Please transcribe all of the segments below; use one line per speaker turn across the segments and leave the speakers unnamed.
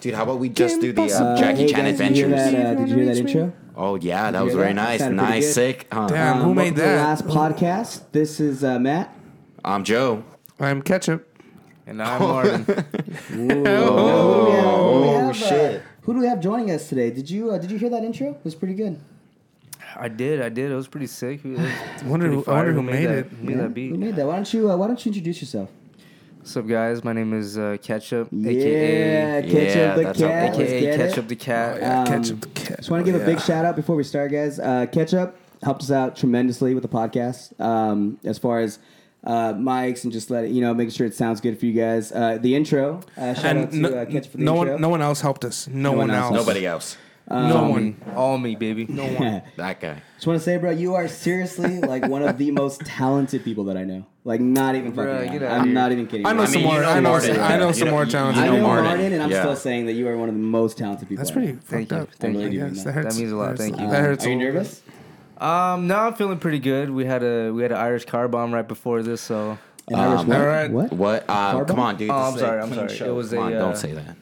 Dude, how about we just do the uh,
Uh,
Jackie
hey
Chan
guys, did you hear
adventures?
that, uh, did you hear that intro?
oh yeah, that
you
was
hear
very
that?
nice,
Sounded pretty
nice,
good.
sick. huh?
Damn, who
Um, welcome
made
to
that?
The last podcast. This is uh, Matt.
I'm Joe.
I'm ketchup. And I'm Marvin.
Oh,
shit.
who do we have joining us today? Did you uh, did you hear that intro? It was pretty good.
I did, I did. It was pretty sick. It was pretty
wonder who- I
fire.
wonder who made
that,
it.
Who made
Yeah,
that beat?
Who made that? Why don't you uh, Why don't you introduce yourself?
What's up, guys? My name is uh, Ketchup,
yeah,
aka
Ketchup the
that's how-
cat. Let's
aka
get it.
Ketchup the Cat.
Um,
ketchup the cat.
Just want to give a big shout out before we start, guys. Uh, Ketchup helped us out tremendously with the podcast um, as far as uh, mics and just let it, you know, making sure it sounds good for you guys. Uh, the intro. Uh, shout out to
And no,
uh, Ketchup for the
no
intro.
one, no one else helped us. No, one,
one else.
else.
Nobody else.
uh,
no
all
one.
me, all me, baby. No
one.
That guy.
Just want to say, bro, you are seriously like one of the most talented people that I know. Like, not even fucking.
Bruh,
around.
get outta
I'm
here.
not even kidding.
I know
you.
mean,
some more.
you know
I know,
Martin,
some,
yeah.
I know
You
some
know-
more
you
talented.
I
know
know
Martin.
Martin, and I'm
Yeah.
still saying that you are one of the most talented people.
That's
I know.
pretty fucked
you.
up.
Thank you.
I
Thank
guess
you.
that hurts.
That means a lot.
That hurts-
Thank you.
That
Uh,
hurts.
are
a
you
little bit.
nervous?
Um, no, I'm feeling pretty good. We had a we had an Irish car bomb right before this, so
And I was
Um,
what?
all right.
What?
What? Uh,
Car
come
bomb?
on, dude.
Oh,
this
I'm
is a
sorry, I'm
clean
sorry.
show.
It was
come
a,
on,
uh,
don't say that.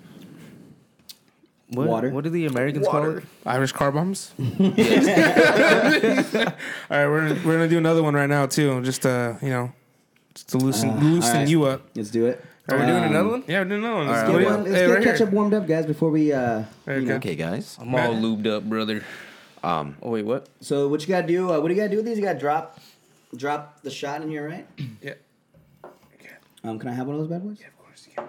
what,
Water.
What do the Americans call it?
Irish car bombs. all right, we're gonna, we're gonna do another one right now too. Just uh, you know, just to loosen loosen
all right.
you up.
Let's do it.
Are we doing
Um,
another one?
Yeah, we're doing another one.
right,
Let's
Get
do
What
one-
do you-
Let's
hey,
get
right
ketchup
here.
warmed up, guys, before we. Uh,
Right,
you know.
okay.
Okay, guys.
I'm all lubed up, brother.
Um,
Oh wait, what?
So what you gotta do? Uh, what do you gotta do with these? You gotta drop, drop the shot in here, right?
Yeah.
Um, can I have one of those bad boys?
Of course you can.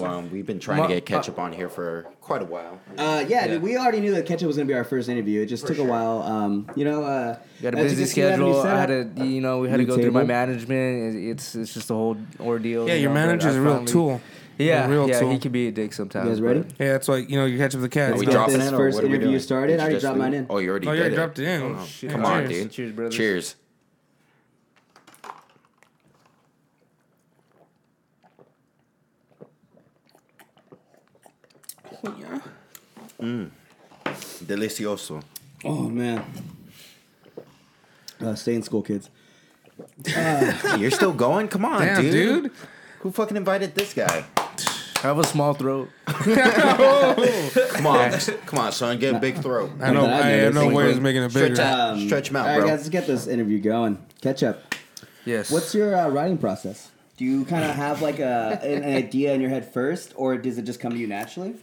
so um, we've been trying
Ma- uh,
to get ketchup on here for quite a while.
Uh, yeah,
Yeah.
dude, we already knew that ketchup was gonna be our first interview. It just took a while. Um, you know, uh,
Got a
as you
busy
can see, we have new
schedule. I had
setup.
to, you know, we had to
New
go through my
table.
management. It- It's it's just a whole ordeal.
Yeah,
you
your
know, but
manager's
I
a real
finally-
tool.
Yeah,
a real
yeah,
tool.
he can be a dick sometimes.
You guys ready?
but-
Yeah, it's like you know you catch up with the
Are
cats.
we
get
man.
dropping
this
it or
first
what are we
interview
doing? Did
started. I
you
already
just
dropped
do
mine
Oh, it?
in.
Oh, you already
Oh
did
yeah,
it.
dropped it in. Oh, shit.
Come on,
Cheers.
dude.
Cheers, brothers.
Cheers. Mm. Delicioso.
Oh man. Uh, stay in school, kids.
Hey, You're still going? Come on,
Damn,
dude.
dude.
Who fucking invited this guy?
I have a small throat.
Come on, come on, son. Get a big throat.
I know.
Not that I
I, I
noticed.
know
Wait,
where he's
wait.
making it
Stretch
bigger.
out. Stretch 'em out,
Um, all right,
bro.
guys, let's get this interview going. Ketchup.
Yes.
What's your uh, writing process? Do you kind of have like a an, an idea in your head first, or does it just come to you naturally?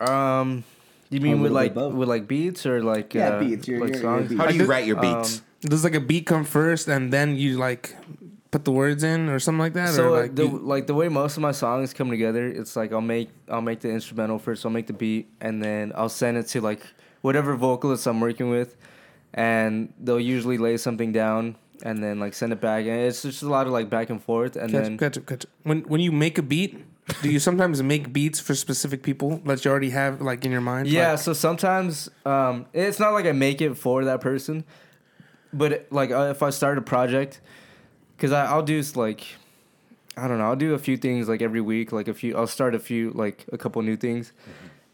um? You
A
mean with
little bit
like
Oh, both.
with like beats or like
Yeah,
uh,
beats. Your-
like
your- your
songs?
beats.
How
I
do you
did-
write your beats?
Does like a beat come first, and then you like put the words in or something like that,
So
or
uh,
like
the
you-
like the way most of my songs come together, it's like I'll make I'll make the instrumental first, I'll make the beat, and then I'll send it to like whatever vocalist I'm working with, and they'll usually lay something down and then like send it back, and it's just a lot of like back and forth, and
catch,
then
catch, catch. When when you make a beat, do you sometimes make beats for specific people that you already have like in your mind?
Yeah,
Like,
so sometimes um, it's not like I make it for that person, but it, like uh, if I start a project, because I'll do s- like I don't know, I'll do a few things like every week, like a few. I'll start a few like a couple new things,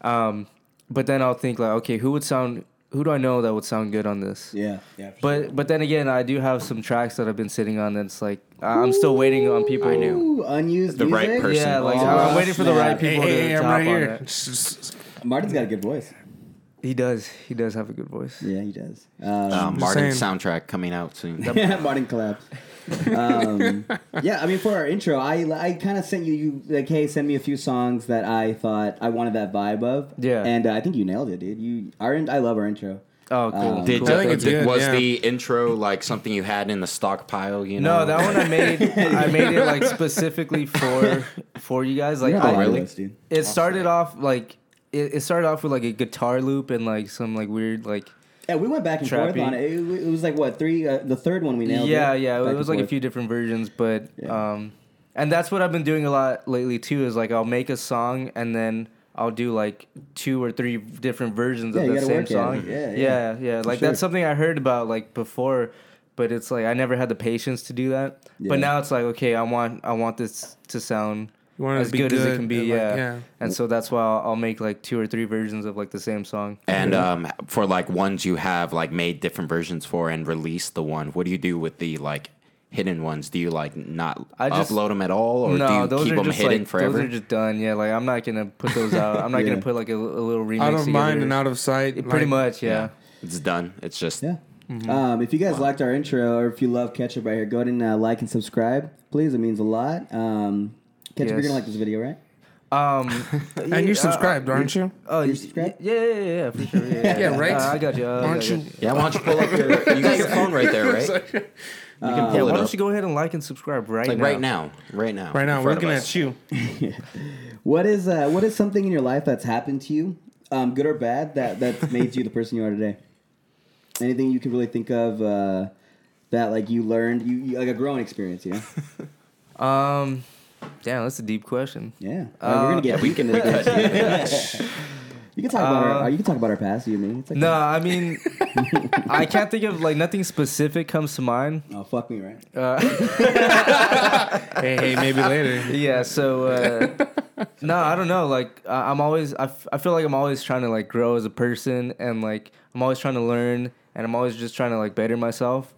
um, but then I'll think like, okay, who would sound? Who do I know that would sound good on this?
Yeah, yeah. for sure.
But but then again, I do have some tracks that I've been sitting on. That's like I- I'm still waiting on people. I
Ooh, unused
The right
music?
person.
Yeah, like
Oh,
I'm waiting for the
snap.
right
Hey,
people
hey,
to,
hey,
to
I'm
hop
right
on
here.
it.
S- s- s-
Martin's got a good voice.
He does. He does have a good voice.
Yeah, he does. Um,
Uh, Martin's
saying.
soundtrack coming out soon.
Martin collabs. Um, yeah, I mean, for our intro, I I kind of sent you you like, hey, send me a few songs that I thought I wanted that vibe of.
Yeah.
and uh, I think you nailed it, dude. You our in- I love our intro.
Oh, cool.
Um,
Did
cool.
I think
you,
it's
did-
good,
was
yeah.
the intro like something you had in the stockpile? You know,
No, that one I made. I made it like specifically for for you guys. Like,
You're not
I,
lying to us, dude.
It started off like it, it started off with like a guitar loop and like some like weird like
Yeah, we went back and forth
Trappy.
on it. It, it was like what three? Uh, the third one we nailed.
yeah
right?
yeah.
Back
It
and
was like a
forth.
few different versions, but
Yeah.
um, and that's what I've been doing a lot lately too. Is like I'll make a song and then. I'll do like two or three different versions
Yeah,
of
you
that
gotta
same
work at
song.
it. Yeah, yeah.
yeah, yeah. Like
sure.
that's something I heard about like before, but it's like I never had the patience to do that.
Yeah.
But now it's like okay, I want I want this to sound
You want it to
as
be
good, as
good
it can be,
and, like,
yeah.
yeah.
And so that's why I'll, I'll make like two or three versions of like the same song.
And
Mm-hmm.
um, for like ones you have like made different versions for and released the one, what do you do with the like? hidden ones? Do you like not
I just-
upload them at all, or do you
those
keep
are
them
just
hidden
like,
forever?
Those are just done. Yeah, like I'm not gonna put those out. I'm not
Yeah.
gonna put like a, a little remix
out of
together.
mind and out of sight.
It-
like-
pretty much, yeah.
it's done. It's just
Yeah.
Mm-hmm.
Um, if you guys liked our intro or if you love Ketchup right here, go ahead and uh, like and subscribe, please. It means a lot. Um, Ketchup, you're
Yes.
gonna like this video, right?
Um,
And you're subscribed, aren't you?
oh,
You're
y-
subscribed?
Yeah, yeah, yeah, yeah, for sure. Yeah, yeah,
Yeah, right?
Uh, I got you. Uh, I
Aren't
got
you?
yeah. Why don't you pull up your? You got your phone right there, right? You can
Yeah,
pull
Uh, why
it
don't
up.
you go ahead and like and subscribe right
Like
now?
right now, right now,
Right now,
in
we're
front of
looking
us.
at you.
What is uh, what is something in your life that's happened to you, um, good or bad, that that made you the person you are today? Anything you can really think of uh, that like you learned, you, you like a growing experience, you know?
Um, damn, that's a deep question.
Yeah, Uh, we're gonna get deep into this. you can talk about our
Uh,
you can talk about our past, you and me. It's like,
No, I mean, I can't think of like nothing specific comes to mind.
oh fuck me, right?
Uh,
Hey, hey, maybe later.
Yeah, so uh, no, I don't know. Like I, I'm always, I, f- I feel like I'm always trying to like grow as a person, and like I'm always trying to learn, and I'm always just trying to like better myself.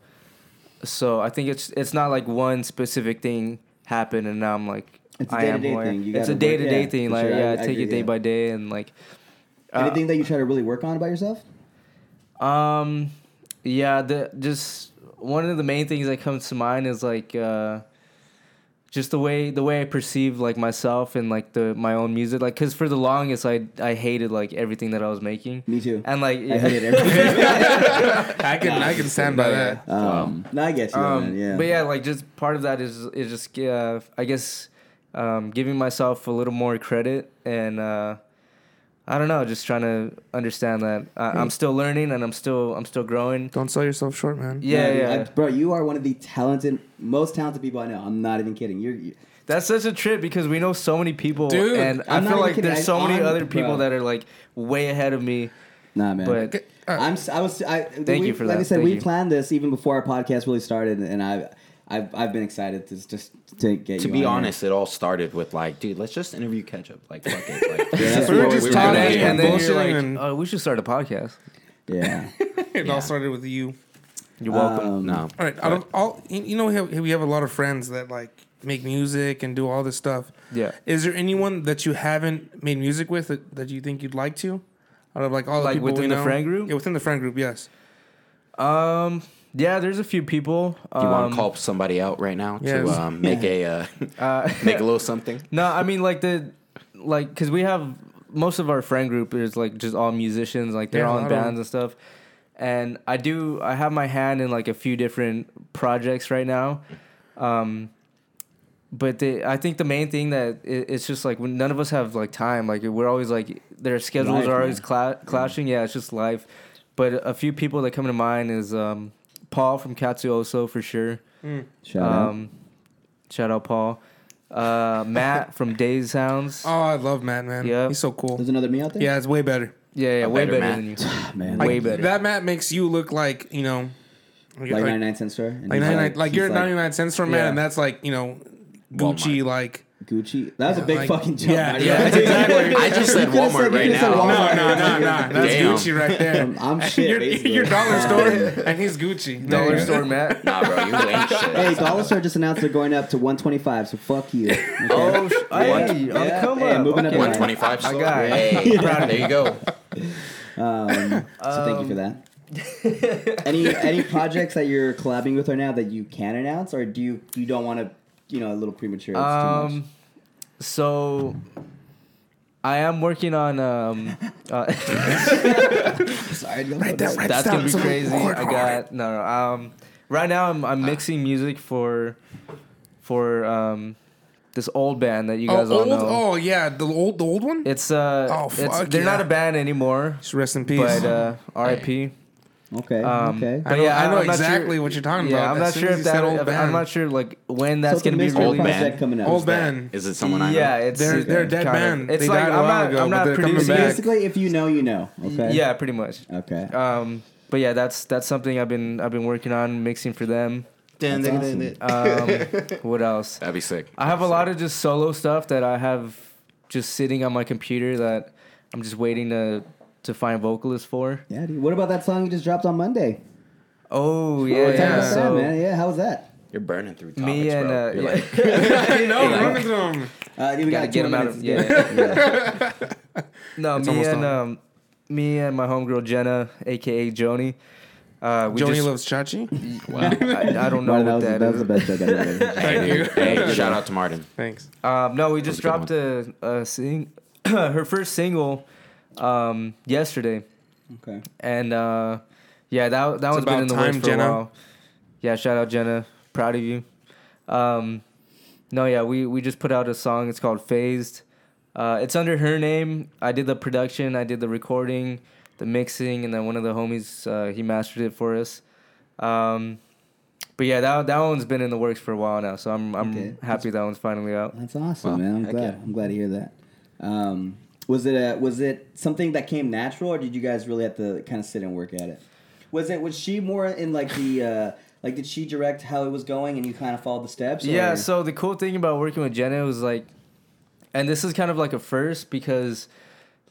So I think it's it's not like one specific thing happened, and now I'm like
It's a
I am
day-to-day
who I am.
thing. You
it's
gotta
a
work-
day to day
yeah,
thing.
for
Like
sure. I-
yeah,
I
take
agree,
it day
yeah.
by day, and like uh,
Anything that you try to really work on about yourself?
Um, yeah, the just one of the main things that comes to mind is like uh, just the way the way I perceive like myself and like the my own music. Like, cause for the longest, I I hated like everything that I was making,
Me too.
and like yeah.
I hated everything.
I can I can stand by that.
Um, no, I get you,
Um,
man. Yeah.
But yeah, like just part of that is is just uh, I guess um, giving myself a little more credit and uh, I don't know, just trying to understand that I,
Mm.
I'm still learning and I'm still I'm still growing.
Don't sell yourself short, man.
Yeah,
No, dude,
yeah.
I- bro, you are one of the talented, most talented people I know. I'm not even kidding. You're, you,
That's such a trip because we know so many people,
Dude,
and i
I'm not
feel
even
like
kidding.
there's
I-
so many
I'm-
other people
bro.
that are like way ahead of me.
nah, man.
But
I'm, s- I was, I,
Thank
we-
you for
like I
that.
said,
Thank
we
you.
planned this even before our podcast really started, and I, I've, I've been excited to just to get
To
you
be
Mm-hmm.
on
honest, it all started with like, dude, let's just interview ketchup. Like, fuck it. Like,
Yeah,
this is
we were
what
just
we
talking
gonna do.
and
and then you're
bullshitting
like,
and-
oh, we should start a podcast.
here. Yeah.
It all started with you.
You're welcome.
Um,
no,
All right, out of all you you know, we have, we have a lot of friends that like make music and do all this stuff.
Yeah.
Is there anyone that you haven't made music with that, that you think you'd like to? Out of like all
Like
the people we
within the
know?
friend group?
Yeah, within the friend group. Yes.
Um, yeah, there's a few people.
Do you want
um,
to call somebody out right now to
Yes.
um, make a uh,
Uh,
make a little something?
no, I mean like the like because we have most of our friend group is like just all musicians, like they're
Yeah,
all
a
in
lot of them.
bands and stuff. And I do I have my hand in like a few different projects right now. Um, but the, I think the main thing that it, it's just like when none of us have like time. Like we're always like their schedules
Life,
are always
man.
cla- clashing. Yeah. it's just life. But a few people that come to mind is um, Paul from Katsuoso for sure.
Shout out.
Um, shout out Paul, uh, Matt from Days Sounds.
Oh, I love Matt, man.
Yeah.
He's so cool.
There's another me out there.
Yeah, it's way better.
Yeah, yeah,
A
way
better
better,
Matt.
than you.
man.
Way
like,
better.
That Matt makes you look like you know, like,
like
like,
99 cent store. And he's
99 like
he's
you're a 99 cent store man,
Yeah.
and that's like you know, Gucci like.
Gucci. That was a big
like-
fucking jump.
Yeah,
I
yeah,
know.
exactly.
I just said
You could've
Walmart
said- you
right
could've said
now.
Walmart.
No, no, no, no. That's
Damn.
Gucci right there.
Oh, I'm shit,
You're,
basically.
you're dollar store, and he's Gucci. There you
Dollar
go.
store Matt.
Nah, bro, you ain't shit.
Hey, Dollar Store just announced they're going up to 125, so fuck you. Okay?
Oh, sh- hey,
One-
on the
yeah,
come
hey,
up.
moving up
okay.
one.
125
I
store.
got it.
Hey, there you go.
Um, so thank you for that. any any projects that you're collabing with right now that you can announce, or do you you don't want to? You know, a little premature. It's too much.
Um, so I am working on um. Uh,
Sorry, don't go
that
there.
right-
that's gonna be
Stop, someone
crazy.
record
I got no, no. Um, right now I'm I'm mixing music for, for um, this old band that you guys
oh,
all
old,
know.
oh yeah, the old, the old one.
It's uh,
Oh, fuck
it's, they're not
yeah.
a band anymore,
Just rest in peace.
but uh, R.I.P.
Okay,
Um,
okay.
I
But
know,
yeah,
I know
I'm not sure-
exactly what you're talking
Yeah,
about. As
I'm not
soon
sure
as
if
you said
that.
old
if-
band.
I'm not sure like when
So
that's
it's a
gonna be
mystery
Old
released.
band.
project coming up.
old band.
Is it someone I know?
Yeah, it's
They're they're dead
kind
band.
of- It's
they
like
died a
I'm
while
not,
ago,
I'm
but
not
they're coming
producing
back.
Basically, if you know, you know. Okay.
Yeah, pretty much.
Okay.
Um, but yeah, that's that's something I've been I've been working on mixing for them.
Dun, dun, dun, dun.
uh,
Um, what else?
That'd be sick.
I have a lot of just solo stuff that I have just sitting on my computer that I'm just waiting to to find vocalists for.
Yeah. Dude. What about that song you just dropped on Monday? Oh, tell
Oh yeah,
me
yeah.
about that,
So
man. Yeah. How was that?
You're burning through topics,
Me and
bro.
uh,
You're
yeah.
like,
You know,
Yeah.
running through 'em.
Uh, dude, we
gotta
got 20
get him
minutes.
out of
yeah.
No,
It's
me
almost
and
done.
um, me and my homegirl Jenna, aka Joni. Uh, we
Joni
just,
loves Chachi.
I, I don't know
Wow,
what
that, was,
that
that was
is.
the best joke I've ever heard.
hey, dude. Hey, shout out to Martin.
Thanks.
Um, no, we just
That was
dropped a, a sing, her first single, um, yesterday,
Okay.
and uh, yeah, that that one's
about
been in the
time,
works for
Jenna.
a while. Yeah, shout out Jenna, proud of you. Um, no, yeah, we we just put out a song. It's called Phased. Uh, it's under her name. I did the production, I did the recording, the mixing, and then one of the homies uh, he mastered it for us. Um, but yeah, that that one's been in the works for a while now, so I'm I'm
Okay.
happy that one's finally out.
That's awesome,
Well,
man. I'm
heck
glad.
yeah.
I'm glad to hear that. Um, was it a, was it something that came natural, or did you guys really have to kind of sit and work at it? Was it was she more in like the uh, like did she direct how it was going, and you kind of followed the steps?
Yeah,
or-
so the cool thing about working with Jenna was like, and this is kind of like a first because,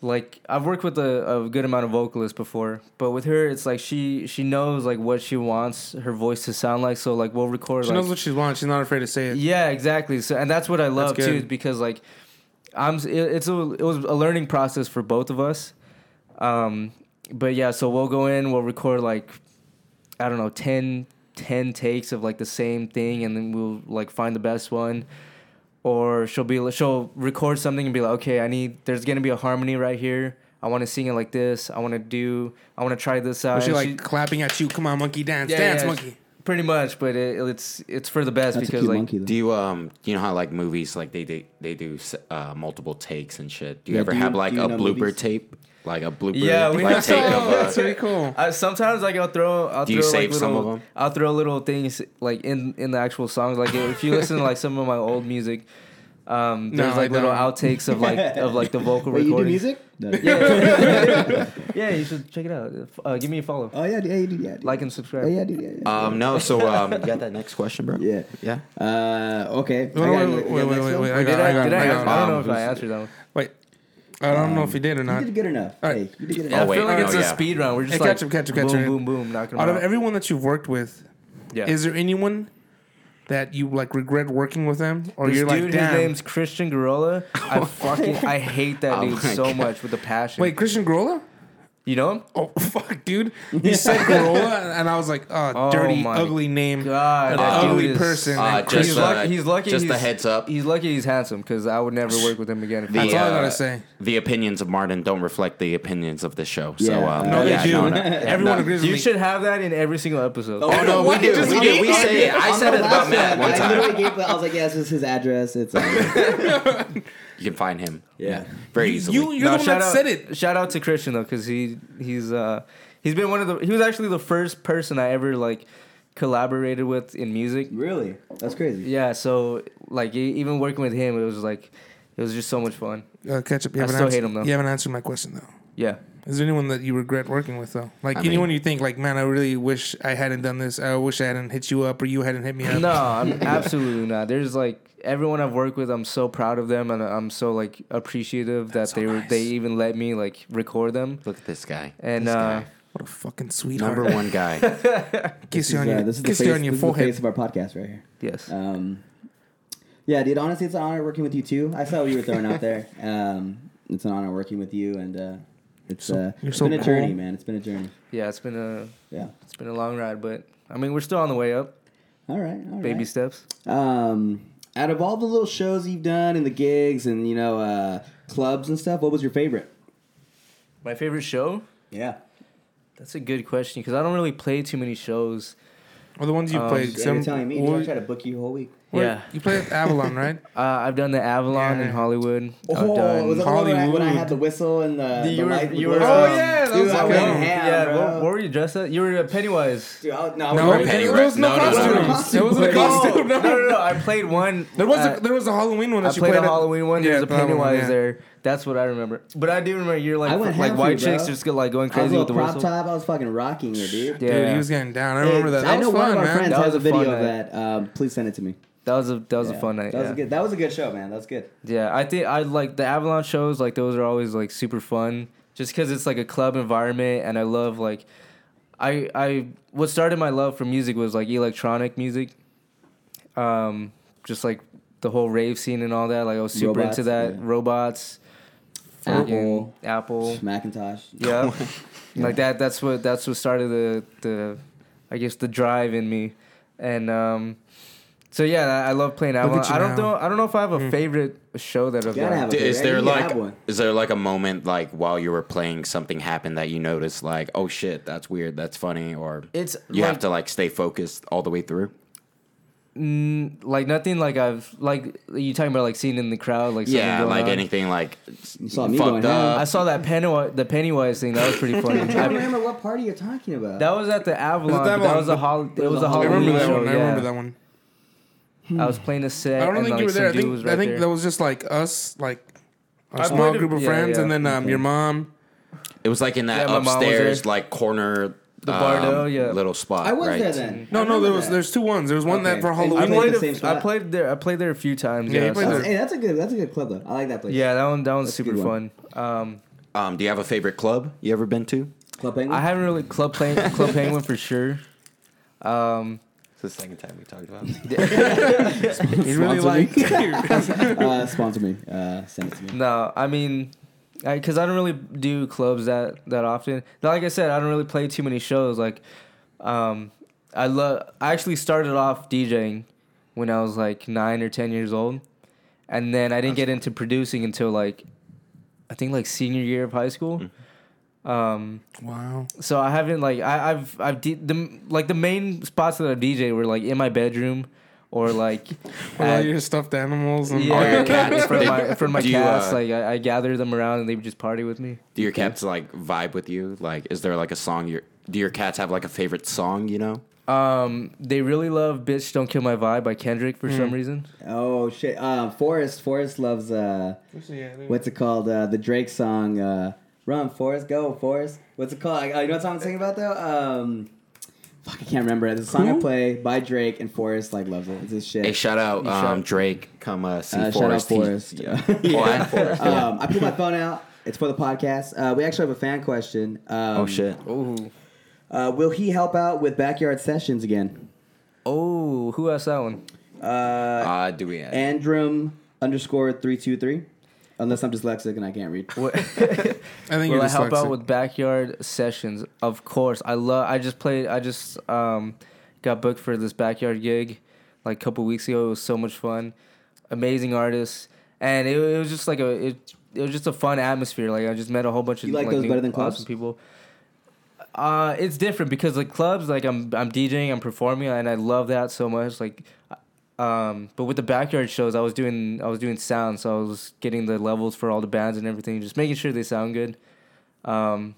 like, I've worked with a, a good amount of vocalists before, but with her, it's like she she knows like what she wants her voice to sound like. So like we'll record.
She
like,
knows what she wants. She's not afraid to say it.
yeah, exactly. So and that's what I love
good.
too, because like I'm it, it's a it was a learning process for both of us. Um, but yeah, so we'll go in, we'll record like I don't know 10, 10 takes of like the same thing, and then we'll like find the best one. Or she'll be she'll record something and be like, okay, I need there's gonna be a harmony right here. I want to sing it like this. I want to do. I want to try this out.
But she
And
like
she-
clapping at you. Come on, monkey, dance,
Yeah,
dance,
yeah,
monkey.
pretty much, but it, it's it's for the best
that's a
because
cute
like
monkey. Though.
Do you um you know how like movies like they do they do uh, multiple takes and shit? Do you
Yeah,
ever
do you-
have like
do you
a
know
blooper
movies?
tape, like a blooper
Yeah, we
like,
have
take
some.
of uh,
That's pretty cool.
I, sometimes like I'll throw I'll
Do
throw
you
like
save some
little,
of 'em?
I'll throw little things like in in the actual songs. Like if you listen to like some of my old music, um,
No,
there's
I
like little
don't.
outtakes of like of like the vocal
Wait, you do
recording.
music? No.
Yeah, yeah, you should check it out. Uh, give me a follow,
Oh yeah, dude, yeah, you do, yeah. dude.
like and subscribe.
Oh yeah, dude, yeah. yeah.
Um, no, so um, you got that next question, bro?
yeah.
Yeah.
Uh, okay. I
Wait,
got-
wait,
you got
wait,
next
wait,
one?
wait,
Or
I
did
got,
I,
I got,
did I,
I
answer? I
got.
don't
Um,
know if I
who's-
answered that one.
Wait, I don't know if you did or
You
not.
did good enough.
All right.
Hey, you did good
Oh,
I
enough.
wait,
feel like
no,
it's a
yeah.
speed round. We're just
Hey,
like
catch up, catch up, catch
boom,
up.
boom, boom, knocking
Out
them
of
out.
everyone that you've worked with,
yeah.
is there anyone that you like regret working with them, or
this
you're
dude,
like,
his
damn?
name's Christian Garola. I fucking I hate that
Oh
dude
my
so
God.
much with a passion.
Wait, Christian Grola?
you know him?
Oh fuck, dude! You said Grola, and I was like, oh,
Oh,
dirty,
my
ugly name,
God,
an
that dude
ugly
is-
person.
Uh,
and
just
he's,
uh,
Christian-
lucky, he's lucky.
just a
he's-
heads up.
He's lucky he's handsome because I would never work with him again. If
The,
he-
That's all I gotta
uh,
say.
The opinions of Martin don't reflect the opinions of the show. So
Yeah.
um,
no, they
yeah,
do.
no, no.
Everyone
No.
agrees with
you
me.
should have that in every single episode.
Oh no, we
Why
do.
just
We
me?
do. We say it. I
On
said
the
it about
last
Matt one
I
time.
literally gave. I was like, yeah, this is his address. It's. on-
You can find him.
Yeah.
very
You,
easily.
you, you're the one that
out,
said it.
Shout out to Christian though, because he he's uh he's been one of the he was actually the first person I ever like collaborated with in music.
Really? That's crazy.
Yeah, so like e- even working with him, it was like it was just so much fun.
Uh, catch up. You
I
haven't
still
answered-
hate him, though.
You haven't answered my question though.
Yeah,
Is there anyone that you regret working with though? Like
I
anyone
mean-
you think like, man, I really wish I hadn't done this. I wish I hadn't hit you up or you hadn't hit me up.
no, I'm absolutely not. There's like everyone I've worked with, I'm so proud of them, and I'm so like appreciative that
so
they were
nice.
they even let me like record them.
Look at this guy.
And,
This
uh,
guy.
What a fucking sweetheart.
number one guy.
Kiss you on
Yeah,
your,
this is the
kiss
face,
you on your
this is the
forehead.
face of our podcast right here.
Yes.
Um, yeah, dude. Honestly, it's an honor working with you too. I saw what you were throwing out there. Um, it's an honor working with you, and uh, it's
So-
uh,
you're
it's
so
been a
cool.
journey, man. It's been a journey.
Yeah, it's been a
Yeah.
it's been a long ride, but I mean we're still on the way up.
All right. All right.
Baby steps.
Um, out of all the little shows you've done and the gigs and you know uh, clubs and stuff, what was your favorite?
My favorite show?
Yeah.
That's a good question because I don't really play too many shows.
Or the ones you
Um,
played.
Yeah,
Some-
you're telling me.
what-
I try to book you a whole week.
what-
Yeah.
You played at Avalon, right?
Uh, I've done the Avalon
Yeah.
in Hollywood. I've
Oh,
done.
was that when I, when I
Hollywood.
had the whistle and the, the
you were,
light?
you
would
were, um,
go
Oh,
on?
yeah, that
dude,
was
I
okay.
went
Yeah,
ham,
yeah,
bro.
what, what were you dressed as? You were a Pennywise.
Dude, I, no, I
No,
was
Penny
there
Red.
was no,
No, no, no, no.
costumes. There wasn't a
No.
costume.
oh, no,
No,
no, no. I played one.
There was
uh,
a, there was a Halloween one
I
that you
played
played
a
at-
Halloween one. There was a
the Halloween
Pennywise
one, yeah.
there. That's what I remember. But I do remember you're
I
like
went
like
ham
white
for you,
chicks
bro.
just go, like going
I was a
crazy with the
little crop
whistle.
top. I was fucking rocking it, dude.
Yeah.
Dude, he was getting down. I remember that.
Hey,
That
I know
was
one
fun,
of our
man.
friends
That
has
was
a
a
video
fun
of
night.
that. Um, please send it to me.
That was a that was
Yeah.
a fun night.
That was
yeah.
a good. That was a good show, man. That was good.
Yeah, I think I like the Avalon shows. Like those are always like super fun, just because it's like a club environment, and I love like, I I what started my love for music was like electronic music, um, just like the whole rave scene and all that. Like I was super
Robots,
into that.
yeah.
Robots,
Apple.
fucking Apple,
Macintosh.
yeah, like that. That's what that's what started the the, I guess the drive in me, and um, so yeah, I, I love playing
Look
Avalon.
at you
I don't
now. Hmm.
know. I don't know if I have a favorite show that I've
Gotta
done.
have
D-
Okay,
is
I
there
think you
like
have one.
is there like a moment like while you were playing something happened that you noticed like oh shit that's weird that's funny or
It's
you have
like-
to like stay focused all the way through
Mm, like nothing like I've like you talking about like seeing in the crowd like something
yeah
going
like
on.
anything like
saw me
fucked
going
up
I saw that Pennywise the Pennywise thing that was pretty funny.
I'm trying to
I-
remember what party you're talking about.
that was at the Avalon. but
Avalon,
That was a
but-
hol- It was
a
a
I
Halloween
remember
Halloween
that
show.
one. I
yeah.
remember that one.
I was playing a set.
I don't
and,
think
like,
you were there. I
some dude
think,
was
I
right
think
there.
that was just like us, like a
I
small
played it-
group of
yeah,
friends,
yeah.
and then um, your mom.
it was like in that
Yeah, my mom was
upstairs
there.
like corner um,
The Bardo, yeah.
little spot
I was
right?
there then.
No,
I
no,
remember
there was
that.
there's two ones. There was one
Okay.
that for
And I
I
Halloween.
played
played.
the same
A, I
spot.
played there. I played there a few times.
Yeah,
Yeah,
you
yeah,
played
so-
there.
That's- hey, that's a good that's a good club though. I like that place.
yeah that one. That one's
That's a
super
good
fun.
one.
Um,
um do you have a favorite club you ever been to
Club Penguin.
I haven't really club playing club penguin for sure. Um,
it's the second time we talked about
You really like
Sponsor uh, sponsor me. Uh, send it to me.
No, I mean, I because I don't really do clubs that that often. Now, Like I said, I don't really play too many shows. Like, um, I love. I actually started off DJing when I was like nine or ten years old, and then I didn't get into producing until like, I think like senior year of high school.
Mm-hmm.
Um,
wow.
so I haven't like I, I've I've de- the like the main spots that I DJ were like in my bedroom or like
All
at-
your stuffed animals and
yeah,
All your cats.
from my from my
Do you,
cats,
uh,
like I, I gather them around and they would just party with me.
do your cats like vibe with you like is there like a song your do your cats have like a favorite song you know
Um, they really love "Bitch Don't Kill My Vibe" by Kendrick for some reason.
Oh shit. Um, Forrest. Forrest loves uh, what's it called? Uh, the Drake song. Uh, Run, Forrest, go, Forrest. What's it called? I, I- you know what song I'm singing about though? Um, fuck, I can't remember. It's a song I play by Drake and Forrest. Like loves it. It's his shit.
Hey, shout out
shout-
um, Drake. Come uh, see
Uh, shout out
Forrest. He-
Forrest.
yeah. Oh, and Forrest. yeah.
Um, I pulled my phone out. It's for the podcast. Uh, we actually have a fan question. Um,
oh shit.
Oh,
Uh, will he help out with backyard sessions again?
oh, who asked that one?
Uh,
Uh, do we?
Andrum underscore three two three. Unless I'm dyslexic and I can't read.
What,
I think
will
you're
I help out
dyslexic.
with backyard sessions? Of course, I love. I just played. I just um, got booked for this backyard gig like a couple weeks ago. It was so much fun. Amazing artists, and it, it was just like a it. It was just a fun atmosphere. Like I just met a whole bunch of
You like those
new,
better than clubs?
awesome people. Uh, it's different because the clubs, like I'm, I'm DJing, I'm performing, and I love that so much. Like, um, but with the backyard shows, I was doing, I was doing sound, so I was getting the levels for all the bands and everything, just making sure they sound good. Um,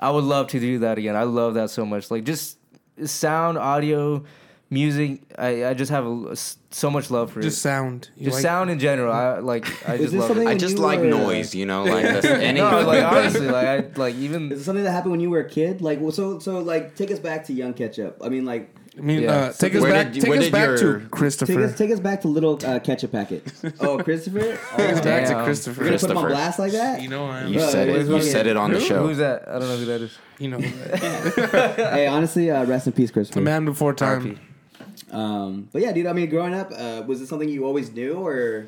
I would love to do that again. I love that so much. Like just sound, audio, music. I, I just have a, so much love for
just
it.
sound. You
Just
like-
sound in general. I like. I
Is
just
this
love
something-
it.
I just
you
like
were-
noise. You know, like that's any.
No, like honestly, like I like even
Is it something that happened when you were a kid? Like, well, so, so, like, take us back to young ketchup. I mean, like,
I mean,
Yeah.
uh, take us
Where
back.
did you-
take
where
us
did
back
your-
to
take
Christopher.
us, take us back to little uh, ketchup packet. Oh, Christopher, oh,
Take us
we're
back to
Damn.
gonna
Christopher.
put him on
Christopher.
blast like that.
You know, I am.
You
Bro,
said
it
it.
was
You
fucking-
said it on the show.
who's that? I don't know who that is.
You know,
hey, honestly, uh, rest in peace,
the
Christopher.
man before time.
Um, but yeah, dude. I mean, growing up, uh, was it something you always knew, or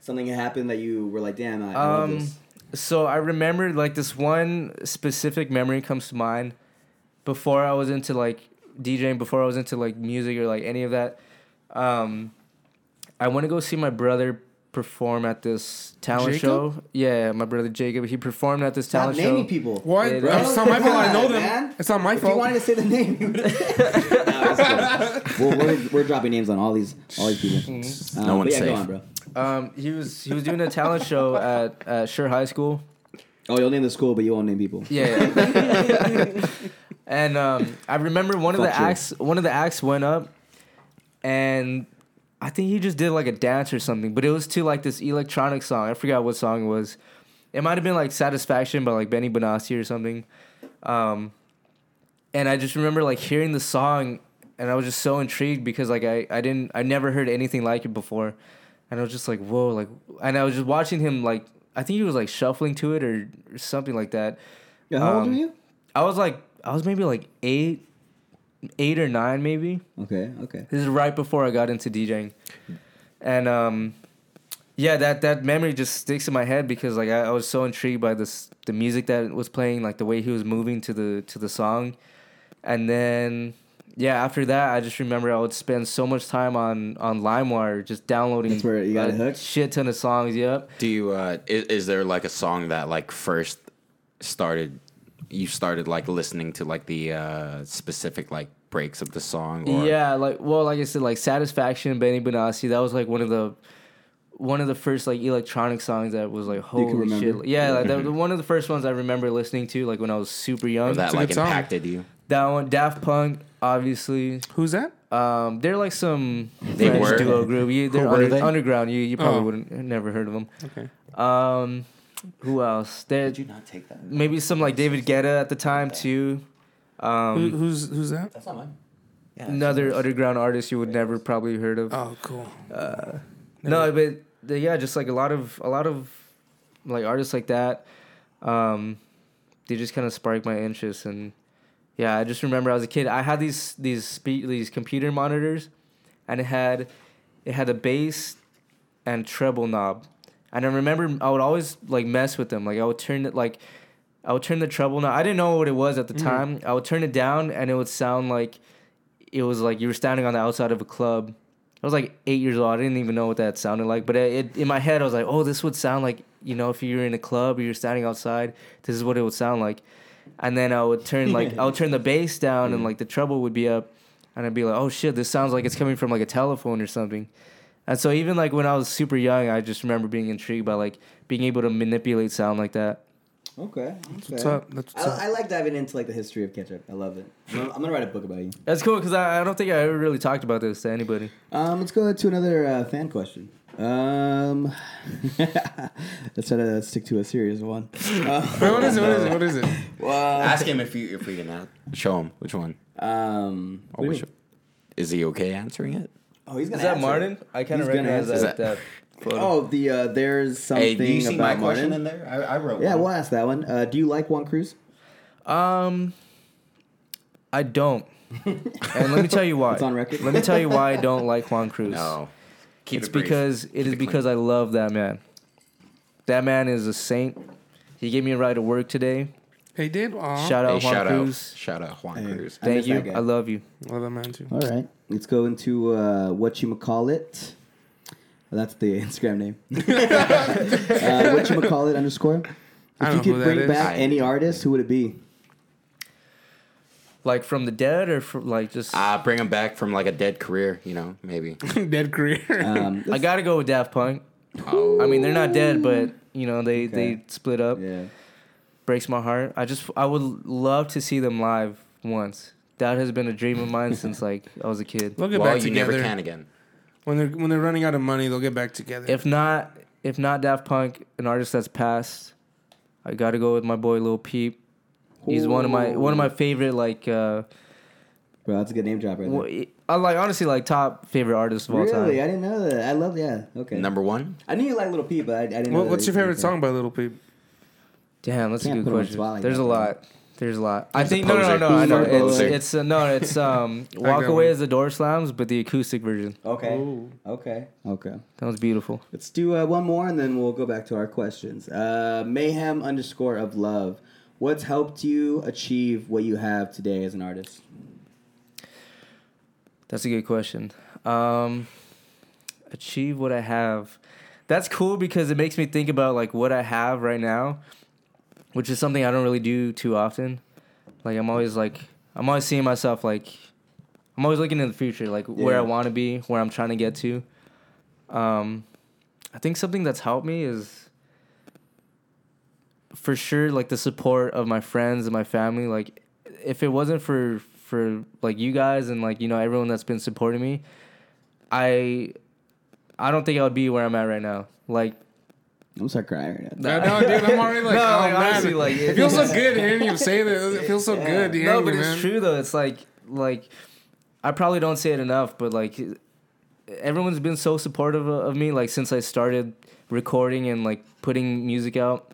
something that happened that you were like, damn, I, I love
Um,
this.
so I remember like this one specific memory comes to mind. Before I was into like DJing, before I was into like music or like any of that, um, I want to go see my brother perform at this talent
Jacob?
show. Yeah, my brother Jacob. He performed at this
Stop
talent
naming
show.
people.
Why?
Yeah,
it's not my fault. I know them.
Man.
It's not my
If you
fault.
wanted to say the name, you would. no, it's cool. we're, we're, we're dropping names on all these all these people.
Mm-hmm.
Um,
No
but
one's
yeah,
safe.
Go on, bro.
Um, he was he was doing a talent show at at Sure High School.
Oh, you'll name the school, but you won't name people.
Yeah. yeah. and um, I remember one of the
Fuck you.
acts. One of the acts went up, and I think he just did like a dance or something. But it was to like this electronic song. I forgot what song it was. It might have been like "Satisfaction" by like Benny Benassi or something. Um, and I just remember like hearing the song, and I was just so intrigued because like I I didn't I never heard anything like it before, and I was just like whoa like and I was just watching him like I think he was like shuffling to it or, or something like that.
Yeah, how old
Um,
are you?
I was like, I was maybe like eight, eight or nine maybe.
Okay, okay.
This is right before I got into DJing, and um, yeah, that that memory just sticks in my head because like I, I was so intrigued by this the music that was playing, like the way he was moving to the to the song, and then yeah, after that I just remember I would spend so much time on on LimeWire just downloading.
That's where you got
a
hooked?
Shit ton of songs. Yep.
Do you uh is, is there like a song that like first started you started like listening to like the uh specific like breaks of the song or
Yeah, like well, like I said, like Satisfaction, Benny Benassi. That was like one of the one of the first like electronic songs that was like
can
holy
remember.
shit. Like, Yeah, like
Mm-hmm.
that, one of the first ones I remember listening to like when I was super young.
or that
It's a
like
good song.
impacted you?
That one, Daft Punk, obviously.
Who's that?
Um, they're like some
They
French
were?
duo group. You, they're
Who were
under,
they?
underground. You you probably
Oh.
wouldn't never heard of them.
Okay.
Um, who else? There,
not take that?
maybe some like David Guetta at the time too.
Who,
Um,
who's who's that?
That's not mine. Yeah,
another underground artist you would never probably heard of.
Oh, cool.
Uh, no, but the, yeah, just like a lot of a lot of like artists like that. Um, they just kind of sparked my interest, and yeah, I just remember as a kid, I had these these spe- these computer monitors, and it had it had a bass and treble knob, and I remember I would always like mess with them, like I would turn it like. I would turn the treble knob. I didn't know what it was at the time. I would turn it down, and it would sound like it was like you were standing on the outside of a club. I was like eight years old. I didn't even know what that sounded like, but it, it, in my head, I was like, "Oh, this would sound like you know, if you were in a club or you're standing outside, this is what it would sound like." And then I would turn like I would turn the bass down, and like the treble would be up, and I'd be like, "Oh shit, this sounds like it's coming from like a telephone or something." And so even like when I was super young, I just remember being intrigued by like being able to manipulate sound like that.
Okay.
What's up? That's what's up.
I, I like diving into like the history of ketchup. I love it. I'm gonna- I'm gonna write a book about you.
That's cool because I, I don't think I ever really talked about this to anybody.
Um, let's go to another uh, fan question. Um, let's try to stick to a serious one.
Wait, what is it? What is it? What is it?
Ask him if you if we can out. Show him which one.
Um,
Oh,
Or which Is he okay answering it?
oh, he's gonna
Is that
answer it.
Martin? I kind of
He's gonna
recognize
answer
that, that photo.
Oh, the uh, there's something about Martin.
there? I, I wrote
yeah, we'll ask that one. Uh, do you like Juan Cruz?
Um, I don't. and let me tell you why.
It's on record.
Let me tell you why I don't like Juan Cruz.
No. Keep
it's
it brief.
because it is
it clean.
because I love that man. That man is a saint. He gave me a ride to work today.
Hey, did Aw.
Shout out
Hey,
uh, Juan
shout
Cruz.
out, shout out Juan
Hey.
Cruz.
I
Thank
miss
you.
that guy.
I love you.
Love that man too.
All right, let's go into uh, what you call it. That's the Instagram name. uh, what you call it underscore.
I
If
don't
you could
know who that
bring
is.
back
I-
any artist, who would it be?
Like from the dead or from like just.
Uh, bring him back from like a dead career, you know, maybe.
Dead career.
Um,
I gotta go with Daft Punk.
Oh,
I mean, they're not dead, but you know they
Okay.
they split up.
yeah.
breaks my heart. I just I would love to see them live once. That has been a dream of mine since like I was a kid.
They'll get
well,
back
you
together
never can again.
when they're when they're running out of money. They'll get back together.
If not, if not Daft Punk, an artist that's passed, I gotta go with my boy Lil Peep. He's one of my one of my favorite like uh
Bro, that's a good name drop right there.
wh- I like honestly like top favorite artists of all
Really,
time.
I didn't know that. I love yeah. Okay.
Number one,
I knew you like Little P, but I, I didn't. know
What,
that
what's your
you-
favorite
okay.
song by Little Peep?
Damn, that's a
Can't
good
put him on the
question.
spot like
There's
that,
a
though.
lot. There's a lot. I
He's a
think no, no,
poser.
no, no. I
He's
know
a
it's
poser.
it's uh, no, it's um
got
Walk Away
one.
is the Door Slams, but the acoustic version.
Okay.
Ooh.
Okay. Okay.
That was beautiful.
Let's do uh, one more, and then we'll go back to our questions. Uh, mayhem underscore of love. What's helped you achieve what you have today as an artist?
That's a good question. Um, achieve what I have. That's cool because it makes me think about like what I have right now, which is something I don't really do too often. Like I'm always like I'm always seeing myself like I'm always looking in the future, like where
Yeah.
I want to be, where I'm trying to get to. Um, I think something that's helped me is for sure like the support of my friends and my family. Like if it wasn't for for like you guys and like you know everyone that's been supporting me, I I don't think I would be where I'm at right now. Like
I'm sorry, crying right now.
No, no, dude, I'm already like,
No,
oh
like,
man,
honestly, like,
it,
it-
feels so good hearing you say that. It feels so good hearing
no, but
you,
it's
man.
true though. It's like like I probably don't say it enough, but like everyone's been so supportive of of me like since I started recording and like putting music out.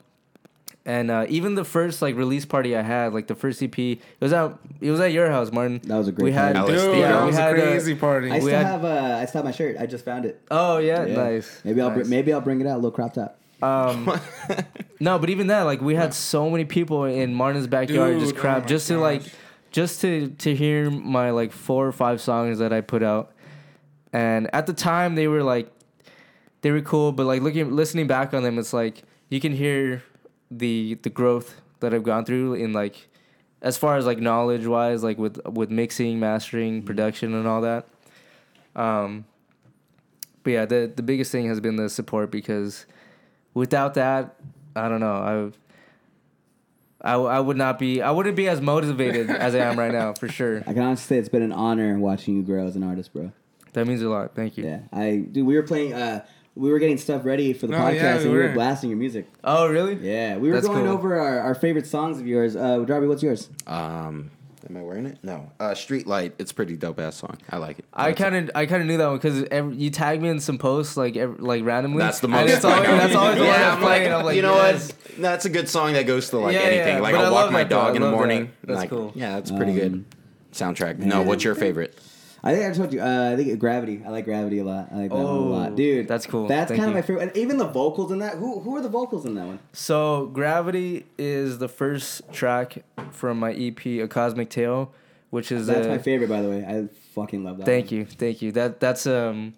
And uh, even the first like release party I had, like the first EP, it was out. It was at your house, Martin.
That was a great
We had.
party.
Dude,
LSD.
that
Yeah,
was
we
a
had, uh,
crazy party.
I
we
still
had-
have. Uh, I still have my shirt. I just found it.
Oh yeah,
Yeah.
nice.
Maybe I'll br-
Nice.
maybe I'll bring it out. A little crop top.
Um, no, but even that, like, we had so many people in Martin's backyard
Dude,
just
oh
crap,
my
just to
gosh.
like, just to to hear my like four or five songs that I put out, and at the time they were like, they were cool, but like looking listening back on them, it's like you can hear the the growth that I've gone through in like, as far as like knowledge wise, like with with mixing,
Mm-hmm.
mastering, production, and all that. Um, but yeah, the the biggest thing has been the support because without that, I don't know. I, I, I would not be. I wouldn't be as motivated as I am right now, for sure.
I can honestly say it's been an honor watching you grow as an artist, bro.
That means a lot. Thank you.
Yeah, I dude, we were playing. Uh, we were getting stuff ready for the
No,
podcast,
Oh, yeah,
and
we
we were
were.
blasting your music.
Oh, really?
Yeah, we were
That's
going
cool.
over our, our favorite songs of yours. Uh, Darby, what's yours?
Um, am I wearing it? No. Uh, Streetlight. It's a pretty dope ass song. I like it.
I kind of I kind of knew that one because you tag me in some posts like ev like randomly.
That's the
And
most.
it's always, that's always the one
Yeah,
I'm playing.
Like,
I'm like,
you know
yes.
what? That's a good song that goes to like
Yeah,
anything.
yeah,
Like
but I
I'll walk
love
my
that, though. I
dog in the
love
morning.
that. That's
like,
cool.
Yeah, that's pretty good soundtrack. No, what's your favorite?
I think I told you. Uh, I think Gravity. I like Gravity a lot. I like that one a
Oh,
lot, dude.
that's cool.
That's
Thank
kind of
you.
my favorite. And even the vocals in that. Who who are the vocals in that one?
So gravity is the first track from my EP, A Cosmic Tale, which is
That's
uh,
my favorite, by the way. I fucking love that.
Thank you, thank you. That that's um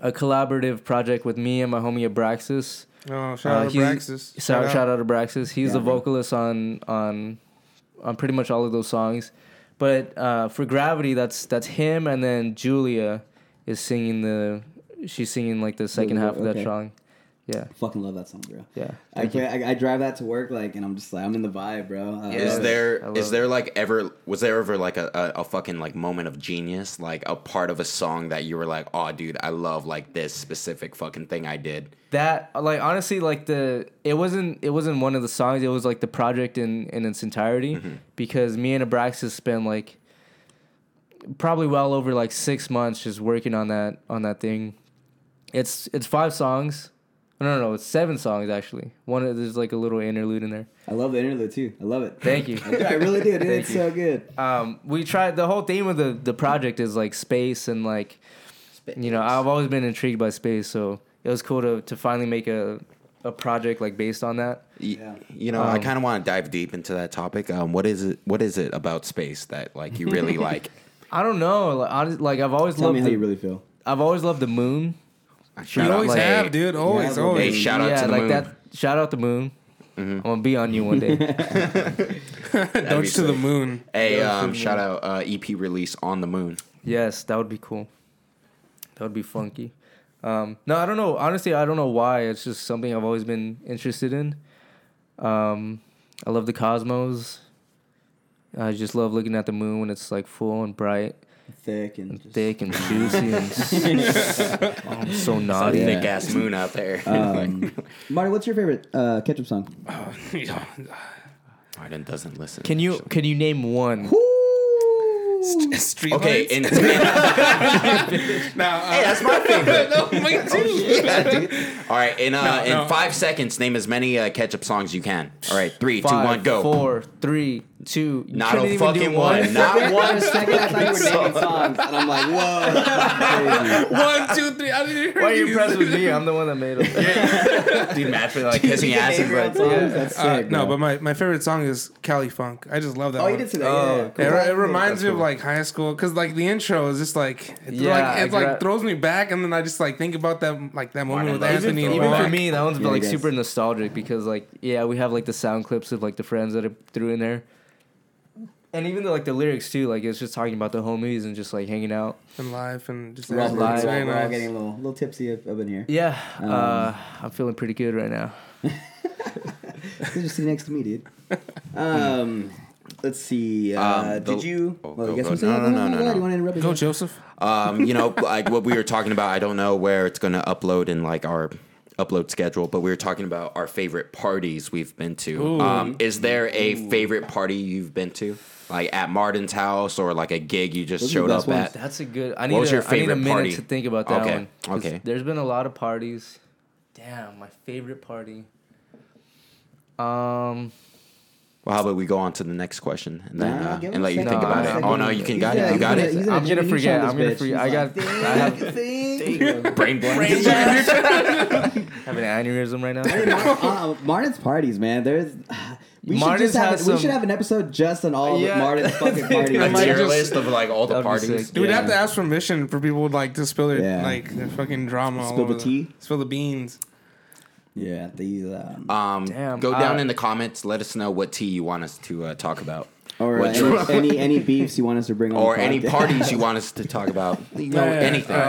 a collaborative project with me and my homie Abraxas.
oh, shout
Uh,
out to
he's-
Braxis.
Shout, shout out to Braxis. He's
Yeah,
the
bro.
vocalist on on on pretty much all of those songs. But uh, for Gravity, that's that's him, and then Julia is singing the she's singing like the second half of that
okay.
song. Yeah,
Fucking love that song, bro.
yeah.
I, play, I, I drive that to work, like, and I'm just like, I'm in the vibe, bro. Uh,
Is
love it. I
there
love
is there like ever was there ever like a, a, a fucking like moment of genius like a part of a song that you were like oh dude I love like this specific fucking thing I did
That like honestly like the it wasn't it wasn't one of the songs. It was like the project in in its entirety because me and Abraxas spent like probably well over like six months just working on that on that thing. It's it's five songs. No, no, no. It's seven songs actually. One of- there's like a little interlude in there.
I love the interlude too. I love it.
Thank you.
Dude, I really do. Dude,
Thank
it's
you.
so good.
um, we tried the whole theme of the the project is like space and like you know I've always been intrigued by space, so it was cool to to finally make a a project like based on that.
Y-
Yeah.
you know I
Um,
kind of want to dive deep into that topic um what is it what is it about space that like you really like
I don't know, like, honest, like I've always
Tell me
loved
how
the,
you really feel.
I've always loved the moon.
Shout
You
out,
always
like-
have, dude. Always,
Yeah,
Hey,
always.
shout out to the
like
moon. Mm-hmm.
Shout out the moon. I'm gonna be on you one day.
Don't
be
you to the
safe.
moon.
Hey,
Don't you to
um,
the
shout
moon.
out uh, EP release on the moon.
yes, that would be cool. That would be funky. Um, no, I don't know. Honestly, I don't know why. It's just something I've always been interested in. Um, I love the cosmos. I just love looking at the moon when it's like full and bright
Thick and,
and
just-
thick and juicy and oh, I'm so naughty.
Yeah.
Thick ass moon out there.
Um, Marty, what's your favorite uh, ketchup song?
Martin doesn't listen.
Can you can you name one?
Street
Okay,
lights.
in yeah,
Nah, uh,
that's my favorite.
no, mine too.
All right, in uh,
No, no.
in five seconds, name as many uh, ketchup songs you can. All right, three, two, one,
Five,
go.
Four, three, two. You
Not
couldn't
a
even do
fucking one. Not
For a
one.
second, I thought you were naming songs, and I'm like, whoa. that's crazy.
One, two, three. I didn't hear
Why are you
these.
impressed with me? I'm the one that made them.
Dude, mad for like kissing ass is like.
songs? That's sick,
Uh,
bro.
no, but my, my favorite song is Cali Funk. I just love that.
Oh,
one.
you did say that. yeah,
Oh,
yeah.
uh, It,
Cool.
it reminds me of like high school because like the intro is just like it,
Yeah,
like, it
I
like
gra-
throws me back and then I just like think about that like that moment
Martin
with
loves
Anthony.
it,
and
though.
Even for
Mark.
me, that one's
Yeah,
like
I guess.
super nostalgic because like yeah, we have like the sound clips of like the friends that I threw in there, and even the, like the lyrics too. Like it's just talking about the homies and just like hanging out.
and life and just
We're all,
everything.
we're all-
It's very
we're all
nice.
getting a little, little tipsy up, up in here.
Yeah,
Um,
uh, I'm feeling pretty good right now.
You're just sitting next to me, dude. Um, let's see. Uh,
Um, the-
did you?
Oh,
well,
go,
I guess
go.
I'm saying,
No, no, no,
my
no,
God,
no.
You want to interrupt? me?
Go Joseph.
Um, you know, like what we were talking about. I don't know where it's gonna upload in like our upload schedule, but we were talking about our favorite parties we've been to.
Ooh.
Um, is there a favorite party you've been to, like at Martin's house or like a gig you just
Those are the
showed
best
up
ones.
at?
That's a good. I need,
What was
a,
your
I need a
favorite
minute
party?
to think about that
Okay,
one. 'cause
okay.
There's been a lot of parties. Damn, my favorite party. Um,
Well, how about we go on to the next question and then
Nah,
uh,
give him
and
a
let you
second.
think
No,
about
I
it.
second.
Oh no, you can got it. You
He's
got
a-
it.
he's a
I'm gonna
genius on
forget,
this
I'm gonna
bitch.
forget.
He's
I got-
like,
I have-
"Damn, damn."
Brain blank.
have an aneurysm right now.
uh, Martin's parties, man. There's we should
Martin's
just have
has
we
some-
should have an episode just on all
Yeah.
of Martin's fucking parties.
A
might
tier
just-
list of like all the
That'd be
parties.
sick.
Dude, we'd
Yeah.
have to ask permission for people to like to spill their
Yeah.
like their fucking drama. all
Spill the
over
tea?
Spill the beans.
yeah, these. Um,
Um,
Damn,
go down
uh,
in the comments. Let us know what tea you want us to uh, talk about,
or uh,
What drama?
any, any any beefs you want us to bring on,
or
the
any
podcast.
parties you want us to talk about. You know,
Yeah, yeah, yeah.
anything.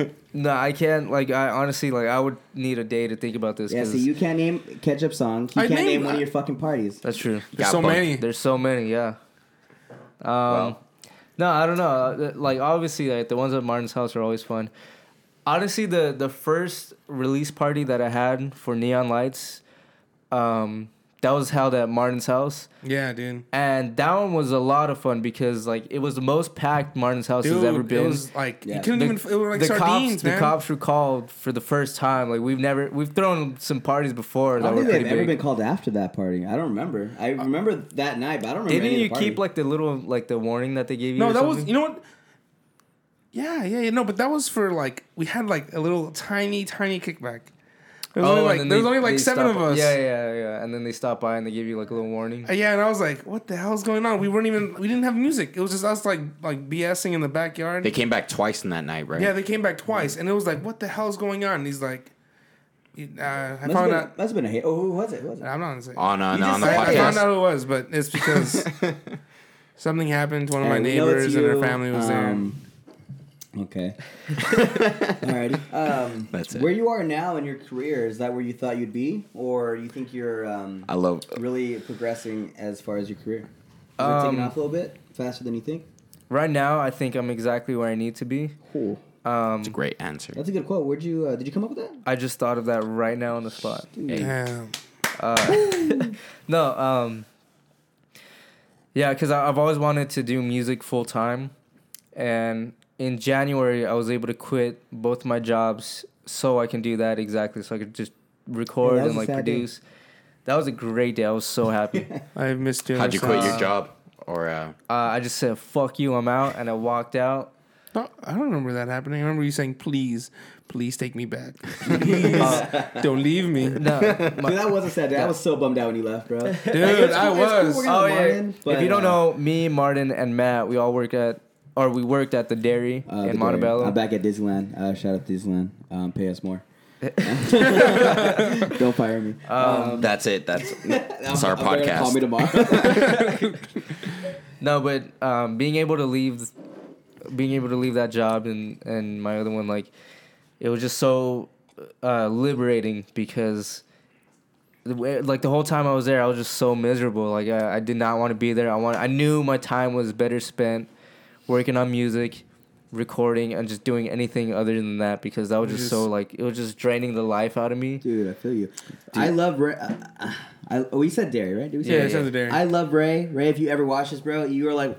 Um, no, I can't. Like, I honestly, like, I would need a day to think about this.
Yeah,
'cause
see, you can't name ketchup song. You
I
can't
named-
name one of your fucking parties.
that's true.
There's
Got
so
bumped.
many.
There's so many. Yeah. Um, no, I don't know. Uh, Like, obviously, like the ones at Martin's house are always fun. Honestly, the the first release party that I had for Neon Lights, um, that was held at Martin's house,
Yeah, dude.
and that one was a lot of fun because like it was the most packed Martin's house
Dude,
has ever been.
it was like
Yeah.
you couldn't
The-
even. It was like
the
sardines,
cops,
man.
The cops were called for the first time. Like we've never, we've thrown some parties before
I
that
don't
were
think they've
pretty
ever been
big.
called after that party. I don't remember. I remember that night, but I don't remember.
Didn't
any
you
of the
keep like the little like the warning that they gave you?
No,
or
that was
something?
you know what. Yeah, yeah, yeah. No, but that was for like we had like a little tiny, tiny kickback. There was only
Oh, and
like
then
there was
they-
only
they
like seven
stop-
of us.
Yeah, yeah, yeah. And then they stop by and they give you like a little warning.
Uh, Yeah, and I was like, "What the hell's going on?" We weren't even we didn't have music. It was just us like like BSing in the backyard.
They came back twice in that night, right?
yeah, they came back twice, and it was like, "What the hell's going on?" And he's like, "Uh, I
parties. Must have
found
been- must
out."
have been a hate. Oh, who was it? Who was it?
I'm not gonna say.
On uh,
You
no,
just-
on the
I, I found
podcast.
out who it was, but it's because something happened to one of my
Hey, we know it's
neighbors, and her
you.
family was
Um, Okay. Alrighty. Um,
That's it.
Where you are now in your career is that where you thought you'd be, or you think you're um,
I love.
really progressing as far as your career? Is it
Um,
taking off a little bit faster than you think?
Right now, I think I'm exactly where I need to be.
Cool.
Um,
It's a great answer.
That's a good quote. Where'd you uh, did you come up with that?
I just thought of that right now on the spot.
Hey,
there. Damn.
No, um, yeah, because I've always wanted to do music full time, and in January I was able to quit both my jobs so I can do that exactly, so I could just record
was
and
a
like
sad day.
produce. That was a great day. I was so happy. uh,
I missed you.
How'd you quit your job? Or uh,
I just said "fuck you," I'm out, and I walked out.
No, I don't remember that happening. I remember you saying, "Please, please take me back. Please, don't leave me."
No,
Dude, that was a sad day. I was so bummed out when you left, bro. Dude,
I was.
oh yeah. if you don't know, me, Martin, and Matt, we all work at or we worked at the dairy
uh,
in
the
Montebello.
dairy. I'm back at Disneyland. Uh, shout out to Disneyland. Um, pay us more. Don't fire me. Um,
that's it. That's Uh, that's our
I'm gonna
podcast.
Call me tomorrow.
No, but um, being able to leave, being able to leave that job and and my other one, like, it was just so uh, liberating because, the way, like, the whole time I was there, I was just so miserable. Like, I, I did not want to be there. I want. I knew my time was better spent working on music, recording, and just doing anything other than that because that was just, so
Just-
like it was just draining the life out of me.
Dude, I feel you. I love Ray. Uh, uh, I, oh, we said dairy, right? Did we say
Yeah,
Yeah,
it's
yeah.
not the dairy.
I love Ray. Ray, if you ever watch this, bro, you are like,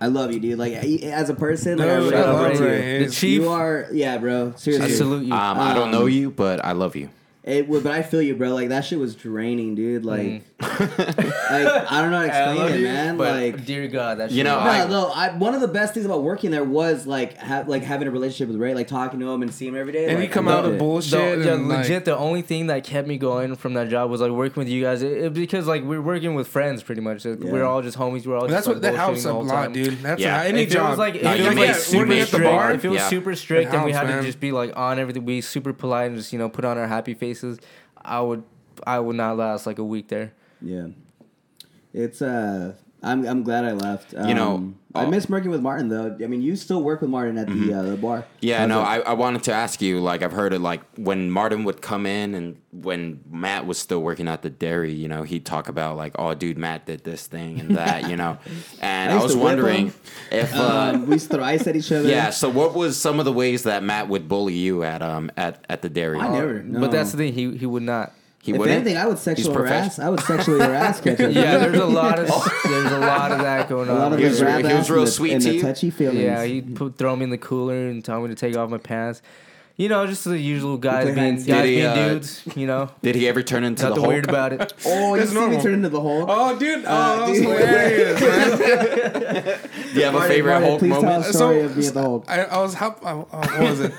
I love you, dude. Like, I- as a person, like, I
No,
really
I
Shout out
love
love
to
Ray.
Ray.
too.
The
He's-
chief,
You are, yeah, bro.
I
Seriously.
salute you.
Um, I don't know
Um,
you, but I love you.
It would, but I feel you, bro. Like that shit was draining, dude. Like, like I don't know how to
I
explain
love
it,
you,
man.
but
Like,
dear God, that
You
shit
know,
was-
No,
I-
no. I, one of the best things about working there was like ha- like having a relationship with Ray, like talking to him and seeing him every day.
And
like,
you come
I
out
loved
of
it.
bullshit.
The, yeah,
and, like,
legit. the only thing that kept me going from that job was like working with you guys, it, it- because like we're working with friends pretty much. Like, We're
Yeah.
all just homies. We're all.
that's
Just,
what
like,
that helps a
bullshitting the whole
lot,
time.
dude. That's
Yeah.
yeah. any
if
job.
it was like if
No,
it
you
was
make
like
super
super
working at the
strict,
bar,
if it was
yeah.
super strict,
It
and we
helps,
had
man.
to just be like on everything, be super polite and just you know put on our happy faces. I would, I would not last like a week there.
Yeah, it's uh, I'm I'm glad I left. Um,
You know,
I
uh,
miss working with Martin though. I mean, you still work with Martin at the uh, the bar.
Mm-hmm. Yeah,
How's
no,
it?
I, I wanted to ask you, like, I've heard it, like, when Martin would come in and when Matt was still working at the dairy, you know, he'd talk about, like, oh, dude, Matt did this thing and that, you know. And
I
I,
used
was
to whip
wondering
him.
if, uh,
Um, we thrice at each other.
yeah, so what was some of the ways that Matt would bully you at, um, at, at the dairy?
I never. No.
But that's the thing. He he would not.
He
If
wouldn't?
anything, I would sexually
profe-
harass. I would sexually harass Ketchup.
Yeah, there's a lot of there's a lot of that going
A
on.
lot of
He
the
was-
grab
he was
ass
real
and the-
sweet
and
to
the
you.
touchy feelings.
Yeah, he'd put, throw me in the cooler and tell me to take off my pants. You know, just the usual guys
play hide
being
and
guys
seek.
Did he,
being
uh,
dudes. You know,
Did he ever turn into the
nothing
Hulk?
weird about it.
Oh, you
That's
see me
normal.
turn into the Hulk.
Oh, dude. Oh, that was
dude.
hilarious, man.
Do you have a
Marty,
favorite
Marty,
Hulk
please tell
moment?
us. Sorry, I'd be at the Hulk.
I, I was help. I, uh, what was it?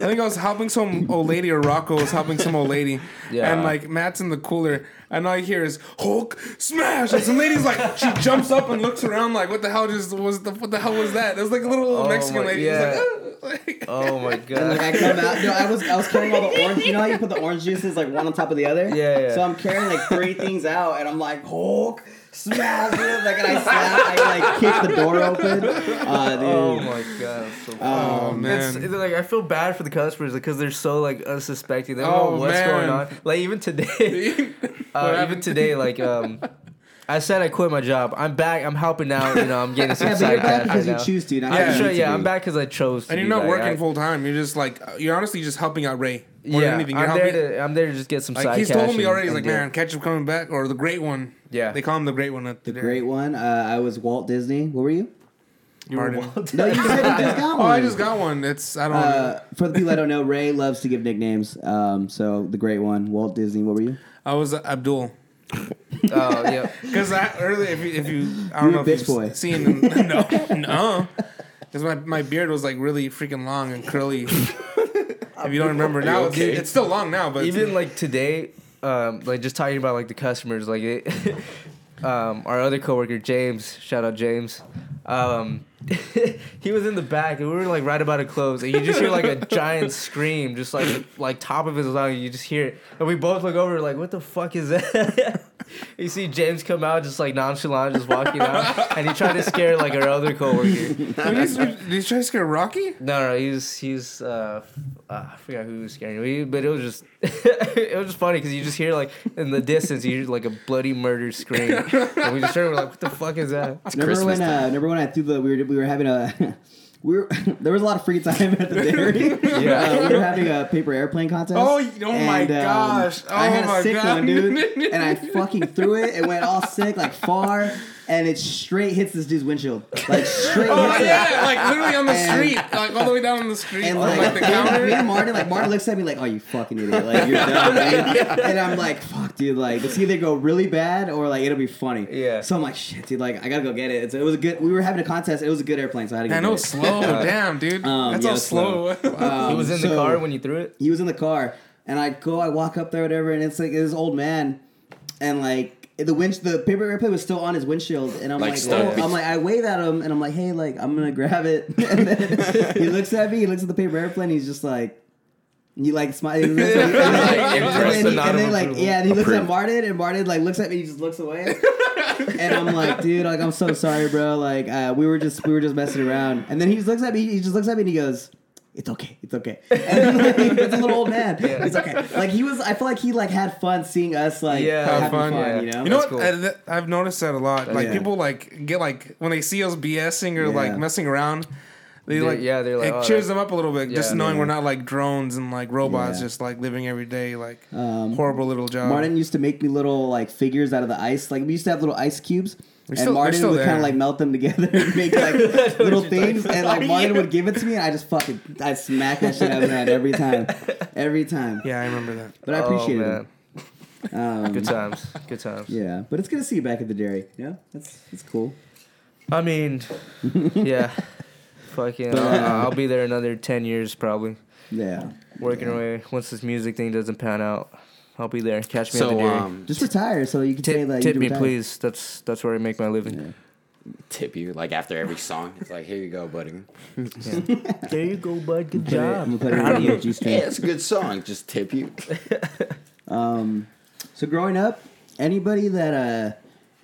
I think I was helping some old lady, or Rocco was helping some old lady.
Yeah.
And like Matt's in the cooler, and all I hear is Hulk smash. And some lady's like, she jumps up and looks around, like, what the hell just was the what the hell was that? It was like a little
Oh
Mexican
my-
lady.
yeah.
It was like, "Ah."
Oh my
Like
god.
I come out, no, I was I was carrying all the orange. You know how you put the orange juices like one on top of the other.
Yeah, yeah.
So I'm carrying like three things out, and I'm like Hulk smash it, like and I slap, I like kick the door open. Uh, dude.
Oh my god. I'm so
oh
It's,
man.
it's like I feel bad for the customers because they're so like unsuspecting. They don't
Oh,
know what's
man.
going on. Like even today,
What
uh, even
happened?
today, like um, I said I quit my job. I'm back. I'm helping out. You know, I'm getting some
Yeah, but
side
you're back
cash right
because you
now.
choose to. Not
Yeah.
because
I'm
you
sure,
need to
yeah, I'm
be.
back because I chose. To
And you're
do
not
that.
working
I-
full time. You're just like uh, you're honestly just helping out Ray more
Yeah,
than anything. You're
I'm there
helping.
to I'm there to just get some
like
side
he's
cash.
told me
and-
already. He's like,
and do it.
man, ketchup coming back or the great one.
Yeah.
They call him the great one at the, dairy.
Great one. Uh, I was Walt Disney. What were you?
Martin.
No, you said you just got
Oh,
one.
I just got one. It's I don't. know.
Uh, for the people that don't know, Ray loves to give nicknames. Um, so the great one, Walt Disney. What were you?
I was Abdul.
Oh yeah.
Because I earlier, if you, if you, I
You
don't
were
know if
bitch
you've
boy.
seen, no, no, because my, my beard was like really freaking long and curly. if you don't remember now, it's-
okay?
it's, still long now, but
even like today, um, like just talking about like the customers, like it, um, our other coworker James, shout out James, um, he was in the back and we were like right about to close, and you just hear like a giant scream, just like like top of his lung, you just hear, it. and we both look over like, what the fuck is that? You see James come out just like nonchalant, just walking out, and he tried to scare like our other coworker.
Did you, did you try to scare Rocky?
No, no, he's he's uh, uh I forgot who was scaring me, but it was just it was just funny because you just hear like in the distance you hear like a bloody murder scream, and we just heard we're like, what the fuck is that?
Remember
Christmas
when? Uh,
time.
remember when I threw the? We were we were having a. We were, there was a lot of free time at the dairy. Uh, we were having a paper airplane contest. um,
Oh, y- oh my gosh.
I had
Oh my
a sick
God.
one, dude, and I fucking threw it. It went all sick, like far, and it straight hits this dude's windshield, like straight
Oh
hits it.
yeah, like literally on the
And-
street, like all the way down on the street,
And
on,
like,
like the counter.
me and Martin, like Martin looks at me like, "Oh, you fucking idiot! Like you're dumb." man." and I'm like, "Fuck, dude! Like it's either go really bad or like it'll be funny."
Yeah.
So I'm like, "Shit, dude! Like I gotta go get it." It's, it was a good. We were having a contest. It was a good airplane, so I had to go.
I know,
get it.
slow, damn, dude.
Um,
That's
yeah,
all
it's
slow.
Um,
he was in
so-
the car when you threw it.
he was in the car, and I go, I walk up there, whatever, and it's like this old man, and like the wind, the paper airplane was still on his windshield, and I'm
Like
like,
stuck.
oh, I'm like, I wave at him, and I'm like, hey, like I'm gonna grab it, and then he looks at me, he looks at the paper airplane, he's just like. and He like smiles, and, then- and
Impressed
then
the
he-
nod
and
of
then like
approval.
yeah, and he looks at
Approved.
Martin, and Martin like looks at me, he just looks away, and I'm like, dude, like I'm so sorry, bro. Like uh, we were just we were just messing around, and then he just looks at me. He just looks at me and he goes, "It's okay, it's okay." And like, it's a little old man. It's okay. Like he was, I feel like he like had fun seeing us like
Yeah.
having
Have
fun.
fun, yeah.
You know,
You know
That's
what?
cool.
I, th- I've noticed that a lot. Like
Yeah.
people like get like when they see us BSing or
Yeah.
like messing around, they
They're-
like
yeah, they're like,
it
"Oh,
cheers
that-
them up a little bit. just
Yeah.
knowing
Yeah.
we're not like drones and like robots,
Yeah.
just like living every day like
Um,
horrible little job.
Martin used to make me little like figures out of the ice. Like we used to have little ice cubes. And
still- they're
Martin
still
would kind
there.
of like melt them together and make like little things, and like Martin would give it to me, and I just fucking I smack that shit out of my head every time, every time.
yeah, I remember that.
But I appreciated
oh,
it. Um,
man. Good times, good times.
Yeah, but it's good to see you back at the dairy. Yeah, that's that's cool.
I mean, yeah, fucking, uh, I'll, I'll be there another ten years probably,
Yeah,
working away. Once this music thing doesn't pan out, I'll be there. Catch me at
So,
the dairy.
um,
just retire so you can say
tip,
that.
tip
you
me,
retired.
please. That's that's where I make my living.
tip you like after every song. It's like, here you go, buddy.
There you go, bud. Good
Put it- I'm gonna put it on your G string.
Yeah, it's a good song. Just tip you.
Um, So growing up, anybody that uh,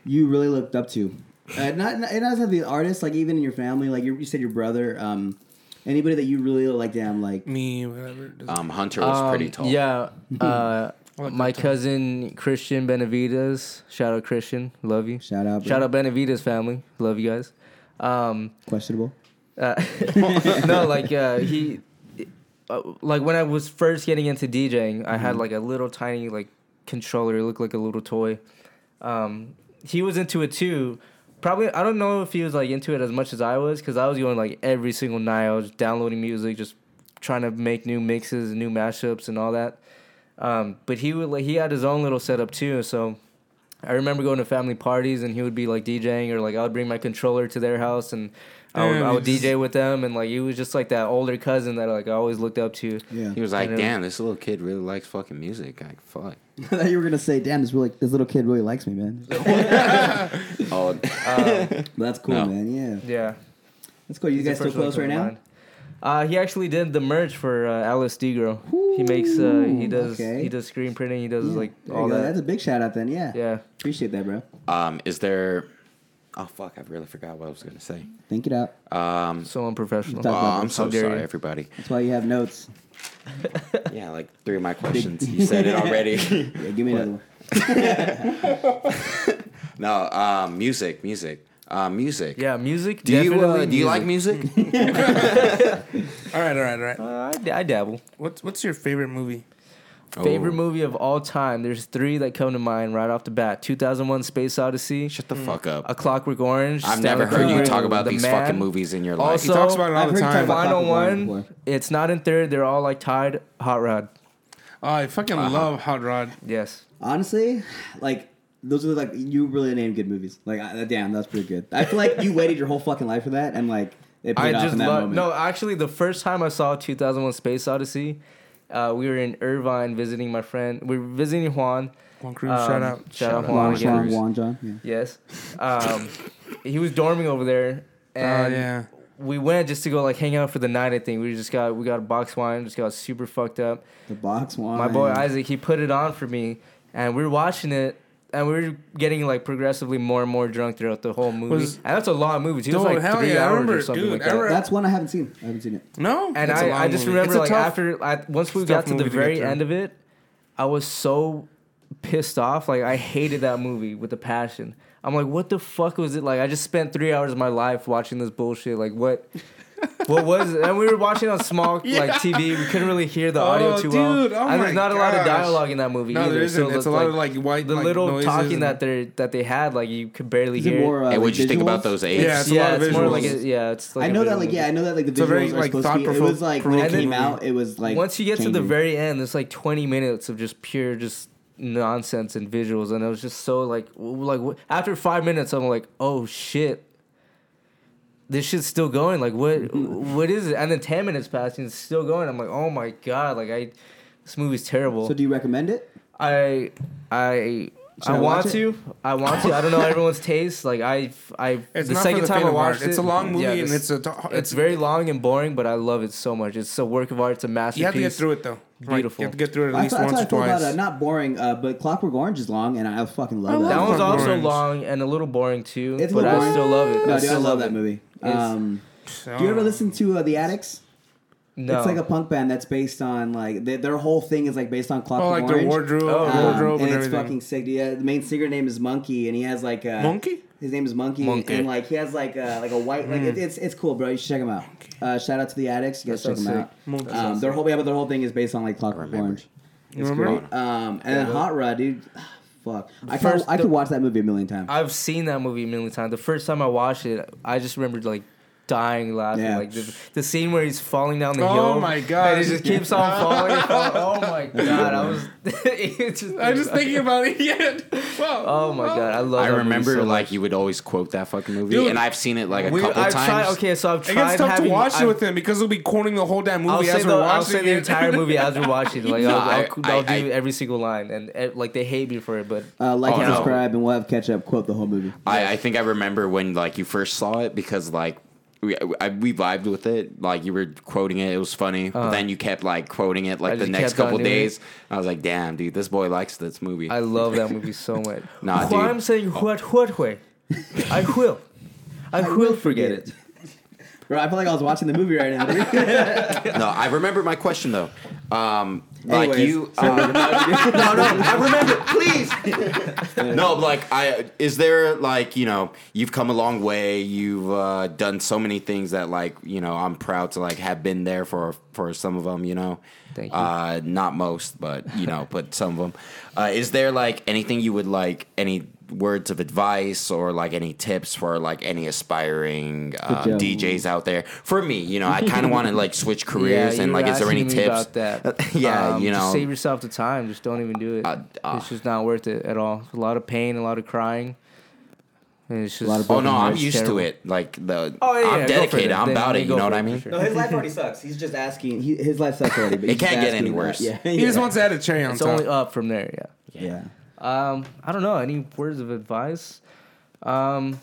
you really looked up to, uh, not not- it doesn't have to be an artist, like even in your family, like you, you said, your brother. Um, anybody that you really like, damn, like
Me, whatever. it doesn't-
Um, Hunter was pretty tall.
Yeah. Uh, my cousin Christian Benavides. Shout out Christian. Love you.
Shout out, bro.
Shout out Benavides family. Love you guys. Um,
questionable.
uh, no, like uh, he, uh, like when I was first getting into DJing, I
Mm-hmm.
had like a little tiny like controller. It looked like a little toy. Um, he was into it too. Probably, I don't know if he was like into it as much as I was, because I was going like every single night. I was downloading music, just trying to make new mixes and new mashups and all that. Um, but he would like he had his own little setup too. So I remember going to family parties and he would be like DJing or like I would bring my controller to their house and I would,
Damn,
I
you
would
just-
DJ with them and like he was just like that older cousin that like I always looked up to.
He
Yeah.
was like,
I know.
damn, this little kid really likes fucking music. Like, fuck.
I thought you were gonna say, "Damn, this really this little kid really likes me, man." But
Oh,
that's cool,
No.
man. Yeah,
Yeah.
that's cool. You
He's the
guys still
first one
close
that
right
comes to
now?
mind. Uh, he actually did the merch for uh, Alice Degro. He makes uh, he
Ooh,
does
okay.
he does screen printing. He does
Yeah.
like
There you
all
go.
that.
That's a big shout out, then. Yeah.
yeah.
Appreciate that, bro.
um, is there? Oh fuck! I really forgot what I was gonna say.
Think it out.
Um,
So unprofessional.
oh,
Talk about
I'm
this.
so
How dare
sorry,
you.
everybody.
That's why you have notes.
Yeah, like three of my questions. You said it already.
Yeah, give me another one.
no, um, music, music, uh, music.
Yeah, music.
Do you uh, do
definitely
you like
music.
music?
All right, all right, all right.
Uh, I, d- I dabble.
What's what's your favorite movie?
Oh.
Favorite movie of all time. There's three that come to mind right off the bat. 2001: Space Odyssey,
Shut the fuck up.
A Clockwork Orange.
I've
Stanley
never heard you
Kubrick,
talk about
Mm. The
these
Man.
fucking movies in your life.
Also,
He talks about it all
I've heard
the
you talk
time.
about-
final
Clockwork Orange
one.
before.
It's not in third. They're all like tied. Hot Rod.
Oh, I fucking
Uh-huh.
love Hot Rod.
Yes.
Honestly, like those are like you really named good movies. Like I, damn, that's pretty good. I feel like you waited your whole fucking life for that, and like it paid
I
off
just
in that
love.
moment.
No, actually, the first time I saw 2001: Space Odyssey, uh, we were in Irvine visiting my friend. We were visiting Juan.
Juan Cruz,
Um,
shout out.
Shout
Shout
out
out
Juan.
Juan,
yeah.
Juan, Juan, John. Yeah.
Yes. Um, he was dorming over there.
Oh
And
yeah.
We went just to go like hang out for the night. I think we just got we got a box wine. Just got super fucked up.
The box one.
My boy Isaac, he put it on for me, and we were watching it. And we were getting like progressively more and more drunk throughout the whole movie.
Was-
and that's a long movie. It was
Dude,
like
hell
three
yeah, I
hours
remember
or
it,
something
dude.
like
I
that.
remember-
That's one I haven't seen. I haven't seen it.
No,
and
It's a long
I, I just
movie. It's
remember
a
like
tough-
after I, once we
it's a tough
got to
movie
the
to get
very
through.
end of it, I was so pissed off. Like I hated that movie with a passion. I'm like, what the fuck was it like? I just spent three hours of my life watching this bullshit. Like what? what was it? And we were watching on small like TV. We couldn't really hear the audio
Oh,
too well.
dude, oh
and there's
my
not a lot of
gosh.
dialogue in that movie.
No,
either.
there
So
isn't. It's a lot of like white
the
like,
little
noises
talking
and-
that they that they had. Like you could barely
Is
hear.
it more? Uh,
hey,
like,
what'd you think
visuals?
about those apes?
Yeah, it's a
yeah,
lot of
it's more like a,
visuals.
yeah, it's like
I
a
know that,
visual
like, yeah, I know that, like, the
a
visuals
very,
are
like,
supposed to be. It was like when it
thought-provo-
came out, it was like
once you get to the
changing.
very end, it's like 20 minutes of just pure just nonsense and visuals, and it was just so like w- like w- after five minutes, I'm like, oh shit, this shit's still going. Like what what is it? And then 10 minutes passed and it's still going. I'm like, oh my god, like I this movie's terrible.
So do you recommend it?
I I.
Should
I
I
want
watch it?
to. I want to. I don't know everyone's taste. Like I, I.
It's
the
not for
second
the
time
faint
I
of heart.
watched it,
It's a long movie
yeah,
and
this-
it's a t-
It's
it's-
very long and boring, but I love it so much. It's a work of art. It's a masterpiece.
You have to get through it though. Like,
Beautiful.
you have to get through it at
I
least
thought, that's
once
how
or
I feel about
twice.
it. Not boring, uh, but Clockwork Orange is long, and I fucking love that.
That
movie.
one's
Clockwork
also
Orange.
long and a little boring too,
It's a
but
little
I
boring.
still love it.
No, dude,
still
I love that
it.
movie.
It's-
Um,
So-
do you ever listen to uh, The Addicts?
No,
It's like a punk band that's based on like they, their whole thing is like based on Clockwork
Oh, like
Orange.
the wardrobe,
Oh,
Um,
wardrobe,
and,
and,
it's
everything.
fucking sick. dude. Yeah, the main singer name is Monkey, and he has like a
Monkey?
His name is Monkey,
Monkey.
and like he has like a like a white like
Mm.
it, it's it's cool, bro. You should check him out. Uh, shout out to the addicts, you guys check
That
them
sounds
out.
sick.
Monkey.
Um, their whole yeah, but their whole thing is based on like Clockwork
remember.
Orange.
You
It's
remember?
great. Um, and then Hot Rod, dude. Ah, Fuck, I could,
First-
I could watch that movie a million times.
I've seen that movie a million times. The first time I watched it, I just remembered like dying laughing.
Yeah.
Like the, the scene where he's falling down the
Oh
hill.
my God.
And he just keeps on falling. and falling. Oh my god! I was. it's just,
I'm just thinking about it yet. Wow.
Oh my god! I love.
I
that movie
remember
so much.
like you would always quote that fucking movie,
Dude.
and I've seen it like a
We-
couple
I've
times.
Tried, okay, so I've
It
tried
gets tough
having,
to watch
I've,
it with him because we'll be quoting the whole damn movie
I'll
as
say,
we're
the,
watching
I'll say the
it.
entire movie as we're watching. Like
No,
I'll,
I-
I'll, I'll
I-
do
I-
every single line, and eh, like they hate me for it, but
Uh, like
Oh,
and
no.
subscribe, and we'll have catch up quote the whole movie.
I, I think I remember when like you first saw it because like we I, we vibed with it. Like you were quoting it, it was funny. but then you kept like quoting it
Uh. I
like the
just
next
kept on
couple
doing it.
days. I was like, damn, dude, this boy likes this movie.
I love that movie so much.
Nah, dude.
I'm saying what what way? I will. I, will forget it.
Bro, I feel like I was watching the movie right now. dude.
no, I remember my question though. Um, like
Anyways,
you, uh, no, no, I remember. Please, no, like I is there like you know you've come a long way. You've uh, done so many things that like you know I'm proud to like have been there for for some of them. You know,
Thank you.
Uh, not most, but you know, but some of them. Uh, is there like anything you would like any words of advice or like any tips for like any aspiring um,
job.
DJs out there? For me, you know, I kind of want to like switch careers
you
and
were
like, is there any
asking me
tips?
about that? Um,
yeah, you
just
know.
save yourself the time. Just don't even do it.
Uh, uh.
it's just not worth it at all. A lot of pain, a lot of crying. And it's just,
lot of
Oh no, I'm
it's
used
terrible.
to it. Like the,
Oh, yeah, yeah, go for
I'm
it
dedicated.
then.
I'm
Then-
about
then
it. You
go
know
for
what
it,
I
for
mean?
sure.
No, his life already sucks. He's just asking. He, his life sucks already. But
It
he's just
can't get
asking
any
that.
worse.
Yeah,
He
yeah.
just wants to add a cherry on
It's
top.
only up from there. Yeah.
Yeah.
Um, I don't know. Any words of advice? Um,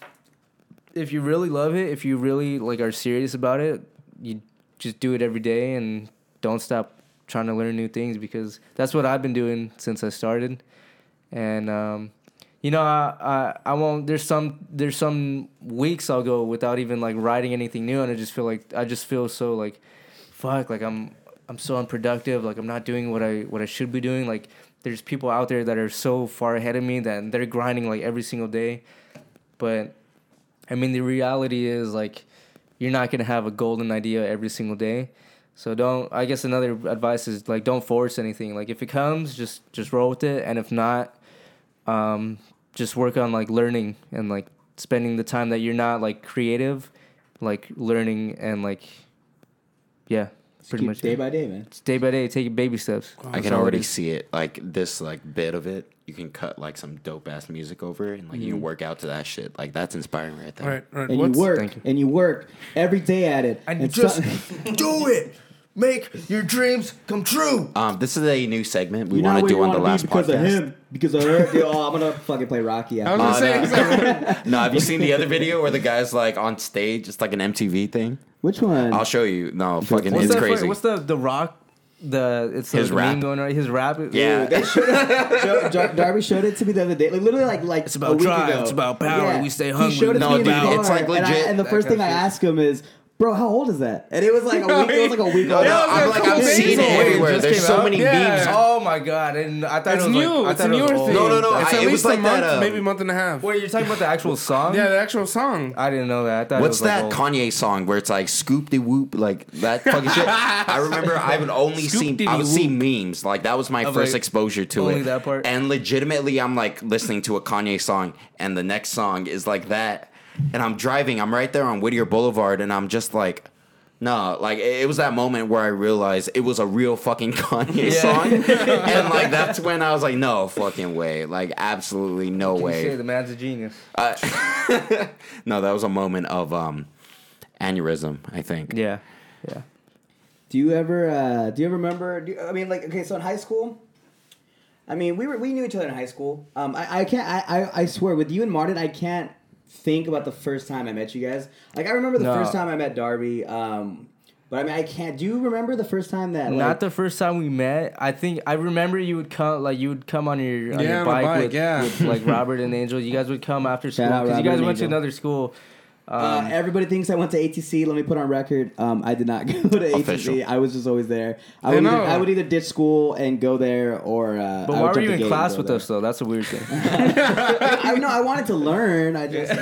if you really love it, if you really like are serious about it, you just do it every day and don't stop trying to learn new things because that's what I've been doing since I started. And um, you know, I, I I won't. There's some there's some weeks I'll go without even like writing anything new, and I just feel like I just feel so like, fuck, like I'm I'm so unproductive. Like I'm not doing what I what I should be doing. Like there's people out there that are so far ahead of me that they're grinding like every single day, but I mean, the reality is like you're not gonna have a golden idea every single day. So don't. I guess another advice is like don't force anything. Like if it comes, just just roll with it, and if not, um, just work on like learning and like spending the time that you're not like creative, like learning and like yeah, pretty
Keep
much
day by day, man.
It's day by day. Take baby steps.
I can already see it. Like this, like bit of it, you can cut like some dope ass music over, it and like you
Mm.
can work out to that shit. Like that's inspiring right there.
All right, all right.
And
what's,
you work,
Thank you.
and you work every day at it.
And
it's
just-
something-
Do it. Make your dreams come true.
Um, this is a new segment we
You're not
want to
where
do
you
on the
wanna be
last
because of
podcast.
him, because of her. Dude, oh, I'm gonna fucking play Rocky.
I was
After.
gonna
Oh,
say
no.
exactly.
no, have you seen the other video where the guy's like on stage? It's like an MTV thing.
Which one?
I'll show you. No, fucking,
What's
it's
that fuck-
crazy.
What's the the rock? The it's
His
the
rap.
meme going right. His rap.
yeah,
Joe, Dar- Darby showed it to me the other day, like literally, like like it's
about
a week
drive,
ago.
it's about power, we stay hungry,
He showed it
no
to me in the
doubt.
car,
It's like
And, I,
legit.
and the
That
first
kind
thing
of
I
shit.
asked him is, "Bro, how old is that?" And it was like a week. It was like a week
No,
old.
no,
Yeah,
I'm like I've
it's
seen it
amazing.
everywhere.
It just
There's
came
so
out?
many
Yeah.
memes.
Oh my god! And I thought
It's
it was
new.
Like, I
it's
thought
a
it was
newer
old.
thing.
No, no, no.
It's
I-
at
it
least
was like
a
that,
month,
uh,
maybe a month and a half.
Wait, you're talking about the actual song?
Yeah, the actual song.
I didn't know that. I thought
What's
it was
that
Like old.
Kanye song where it's like scoop de whoop like that fucking shit? I remember I would only see I would see memes like that was my
Of,
first
like,
exposure to
only
it.
that part?
And legitimately, I'm like listening to a Kanye song, and the next song is like that, and I'm driving. I'm right there on Whittier Boulevard, and I'm just like. No, like it it was that moment where I realized it was a real fucking Kanye
Yeah.
song, and like that's when I was like, no fucking way, like absolutely no way.
Shit, the man's a genius.
No, that was a moment of um aneurysm, I think.
Yeah, yeah.
Do you ever uh, do you ever remember? Do you, I mean, like okay, so in high school, I mean we were we knew each other in high school. Um, I, I can't I, I I swear with you and Martin, I can't think about the first time I met you guys. Like I remember the
No.
first time I met Darby. Um, but I mean I can't. Do you remember the first time that?
Not
like,
the first time we met. I think I remember you would come like you would come on your on
Yeah,
your
on a
bike,
bike,
with,
yeah.
with like Robert and Angel. You guys would come after school
Shout out
because
Robert
you guys
and
went to
Angel.
another school. Um,
Uh, everybody thinks I went to ATC. Let me put on record. Um, I did not go to
Official.
ATC. I was just always there. I
They
would, either,
know.
I would either ditch school and go there, or uh,
But
I would
why
jump
were you
the
in
gate and
class
go
with
there.
us though? That's a weird thing.
I know. I wanted to learn. I just.